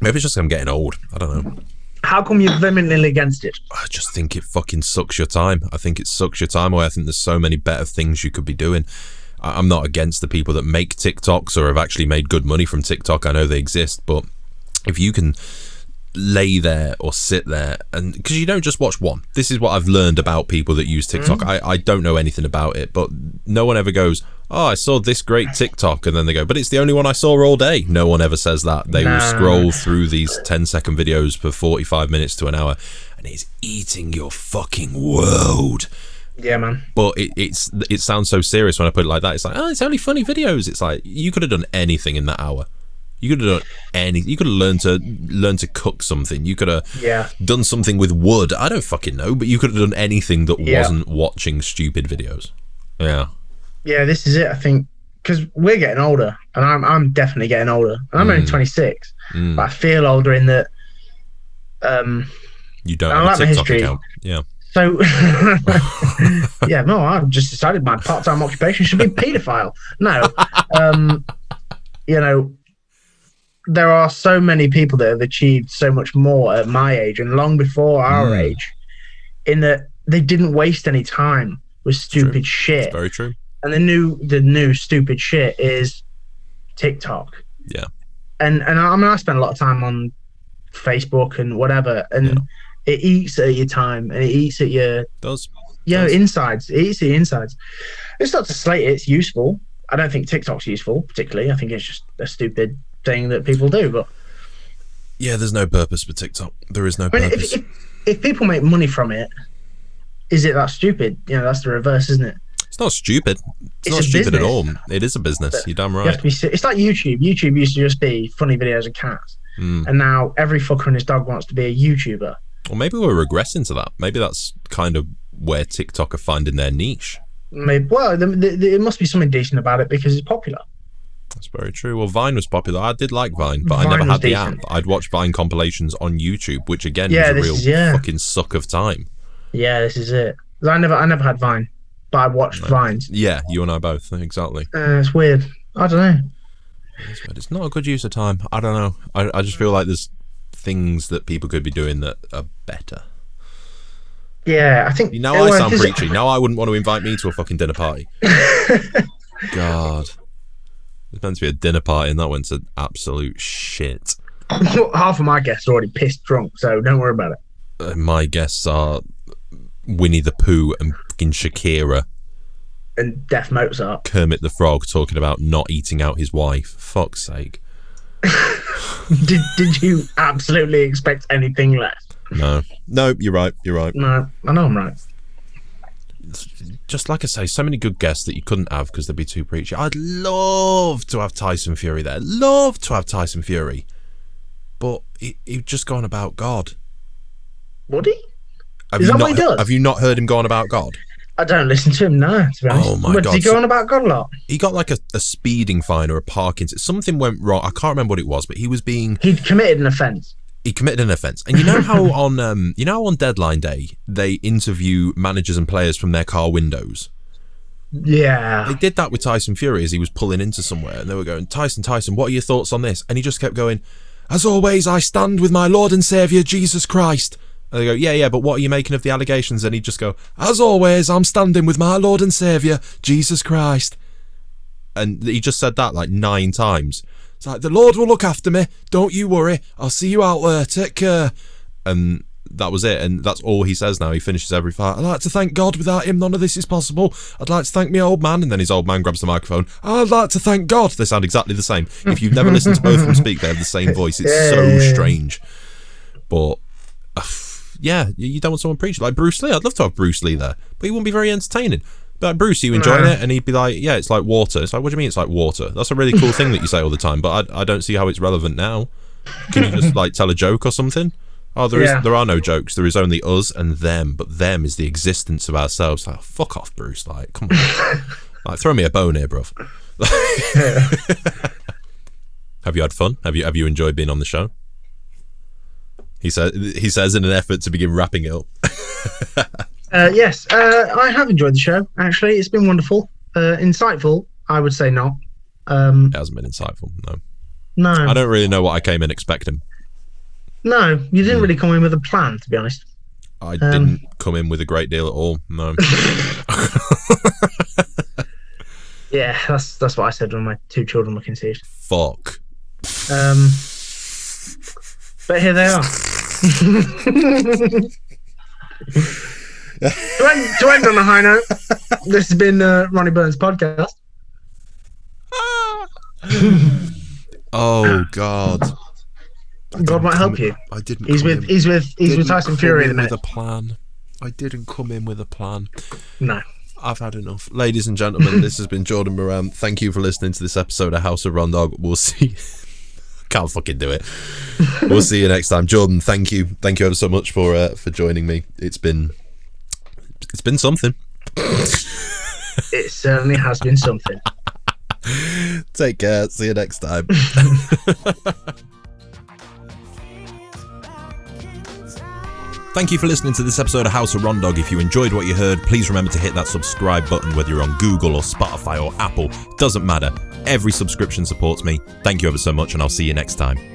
S1: Maybe it's just I'm getting old. I don't know.
S2: How come you're vehemently against it?
S1: I just think it fucking sucks your time. I think it sucks your time away. I think there's so many better things you could be doing. I- I'm not against the people that make TikToks or have actually made good money from TikTok. I know they exist, but if you can lay there or sit there and because you don't just watch one this is what i've learned about people that use tiktok I, I don't know anything about it but no one ever goes oh i saw this great tiktok and then they go but it's the only one i saw all day no one ever says that they will
S2: No.
S1: scroll through these 10 second videos for 45 minutes to an hour and it's eating your fucking world
S2: Yeah, man.
S1: but it, it's it sounds so serious when i put it like that it's like oh it's only funny videos it's like you could have done anything in that hour you could have done any you could have learned to learn to cook something you could have
S2: Yeah.
S1: done something with wood. I don't fucking know, but you could have done anything that
S2: Yeah.
S1: wasn't watching stupid videos. Yeah.
S2: Yeah, this is it. I think because we're getting older, and I'm I'm definitely getting older. And I'm only 26,
S1: Mm.
S2: but I feel older in that. Um,
S1: You don't
S2: I
S1: have a
S2: like my
S1: TikTok
S2: history.
S1: account. Yeah.
S2: So, yeah, no, I've just decided my part time occupation should be paedophile. No, um, you know, there are so many people that have achieved so much more at my age and long before our
S1: Mm.
S2: age, in that they didn't waste any time with
S1: true.
S2: stupid shit.
S1: Very true.
S2: and the new the new stupid shit is TikTok.
S1: Yeah.
S2: And and I, I mean I spend a lot of time on Facebook and whatever, and it eats at your time and it eats at your
S1: Does.
S2: you know,
S1: Yes.
S2: insides. It eats at your insides. It's not to slate it, it's useful. I don't think TikTok's useful particularly. I think it's just a stupid thing that people do. But
S1: Yeah, there's no purpose for TikTok. There is no
S2: I mean,
S1: purpose.
S2: if, if if people make money from it, is it that stupid? You know, that's the reverse, isn't it?
S1: it's not stupid. It's,
S2: It's
S1: not
S2: a
S1: stupid at
S2: business.
S1: all. It is a business. You're damn
S2: You
S1: right.
S2: have to be. se- It's like YouTube. YouTube used to just be funny videos of cats.
S1: Mm.
S2: and now every fucker and his dog wants to be a YouTuber.
S1: Or maybe we're regressing to that. Maybe that's kind of where TikTok are finding their niche.
S2: Maybe, well, th th there must be something decent about it because it's popular.
S1: That's very true. Well, Vine was popular. I did like Vine, but I
S2: Vine
S1: never
S2: was
S1: had the app.
S2: decent.
S1: I'd watch Vine compilations on YouTube, which again was
S2: Yeah,
S1: a
S2: this
S1: real
S2: is- yeah.
S1: fucking suck of time.
S2: Yeah, this is it. 'Cause I never, I never had Vine, but I watched Vines.
S1: Yeah, you and I both. Exactly.
S2: Uh, it's weird. I don't know.
S1: It's weird. It's not a good use of time. I don't know. I, I just feel like there's things that people could be doing that are better.
S2: Yeah, I think.
S1: You know,
S2: well,
S1: I sound
S2: this-
S1: preachy. Now I wouldn't want to invite me to a fucking dinner party. God. It's meant to be a dinner party, and that went to absolute shit.
S2: Half of my guests are already pissed drunk, so don't worry about it.
S1: Uh, my guests are Winnie the Pooh and fucking Shakira,
S2: And Deaf Mozart.
S1: Kermit the Frog talking about not eating out his wife. Fuck's sake.
S2: did did you absolutely expect anything less?
S1: No. No, you're right. You're right.
S2: No, I know I'm right.
S1: Just like I say, so many good guests that you couldn't have because they'd be too preachy. I'd love to have Tyson Fury there. Love to have Tyson Fury. But he, he'd just gone about God.
S2: Would he?
S1: Have
S2: Is
S1: you
S2: that
S1: not,
S2: what he does?
S1: Have you not heard him going about God?
S2: I don't listen to him. No, to be honest.
S1: Oh my
S2: What,
S1: God,
S2: Did he
S1: so-
S2: go on about God a lot?
S1: He got like a, a speeding fine or a Parkinson. Something went wrong. I can't remember what it was, but he was being
S2: He'd committed an offence.
S1: he committed an offence. And you know how on um, you know how on deadline day they interview managers and players from their car windows.
S2: Yeah.
S1: They did that with Tyson Fury as he was pulling into somewhere, and they were going, Tyson, Tyson, what are your thoughts on this? And he just kept going, as always, I stand with my Lord and Savior Jesus Christ. And they go, yeah, yeah, but what are you making of the allegations? And he'd just go, as always, I'm standing with my Lord and Savior Jesus Christ. And he just said that like nine times. It's like the Lord will look after me. Don't you worry. I'll see you out there. Take care. And that was it. And that's all he says now. He finishes every fight. I'd like to thank God. Without him, none of this is possible. I'd like to thank me old man. And then his old man grabs the microphone. I'd like to thank God. They sound exactly the same. If you've never listened to both of them speak, they have the same voice. It's so
S2: Yeah.
S1: strange. But uh, yeah, you you don't want someone preaching like Bruce Lee. I'd love to have Bruce Lee there, but he wouldn't be very entertaining. But like, Bruce, are you enjoying
S2: Nah.
S1: it? And he'd be like, "Yeah, it's like water." It's like, what do you mean? It's like water. That's a really cool thing that you say all the time, but I, I don't see how it's relevant now. Can you just like tell a joke or something? Oh, there is
S2: Yeah.
S1: there are no jokes. There is only us and them, but them is the existence of ourselves. Like, fuck off, Bruce. Like, come on. like, throw me a bone here, bruv. Have you had fun? Have you have you enjoyed being on the show? He says he says in an effort to begin wrapping it up.
S2: Uh, yes, uh, I have enjoyed the show. Actually, it's been wonderful, uh, insightful. I would say not. Um,
S1: It hasn't been insightful. No, I
S2: no,
S1: don't really know what I came in expecting.
S2: no, you didn't
S1: Hmm.
S2: really come in with a plan, to be honest.
S1: I
S2: Um,
S1: didn't come in with a great deal at all. No,
S2: Yeah, that's that's what I said when my two children were conceived.
S1: fuck.
S2: Um, but here they are. to, end, to end on a high note, this has been uh, Ronnie Burns podcast.
S1: Oh God.
S2: God might help you.
S1: I didn't.
S2: He's
S1: come
S2: with
S1: in-
S2: he's with he's
S1: didn't
S2: with Tyson
S1: come
S2: Fury at the
S1: in with
S2: minute.
S1: a plan. I didn't come in with a plan.
S2: No.
S1: I've had enough. Ladies and gentlemen, this has been Jordan Moran. Thank you for listening to this episode of House of Rondog. We'll see. Can't fucking do it. We'll see you next time, Jordan. Thank you, thank you ever so much for uh, for joining me. It's been it's been something.
S2: It certainly has been something.
S1: Take care. See you next time.
S3: Feels back in time.
S1: Thank you for listening to this episode of House of Rondog. If you enjoyed what you heard, please remember to hit that subscribe button, whether you're on Google or Spotify or Apple. Doesn't matter. Every subscription supports me. Thank you ever so much, and I'll see you next time.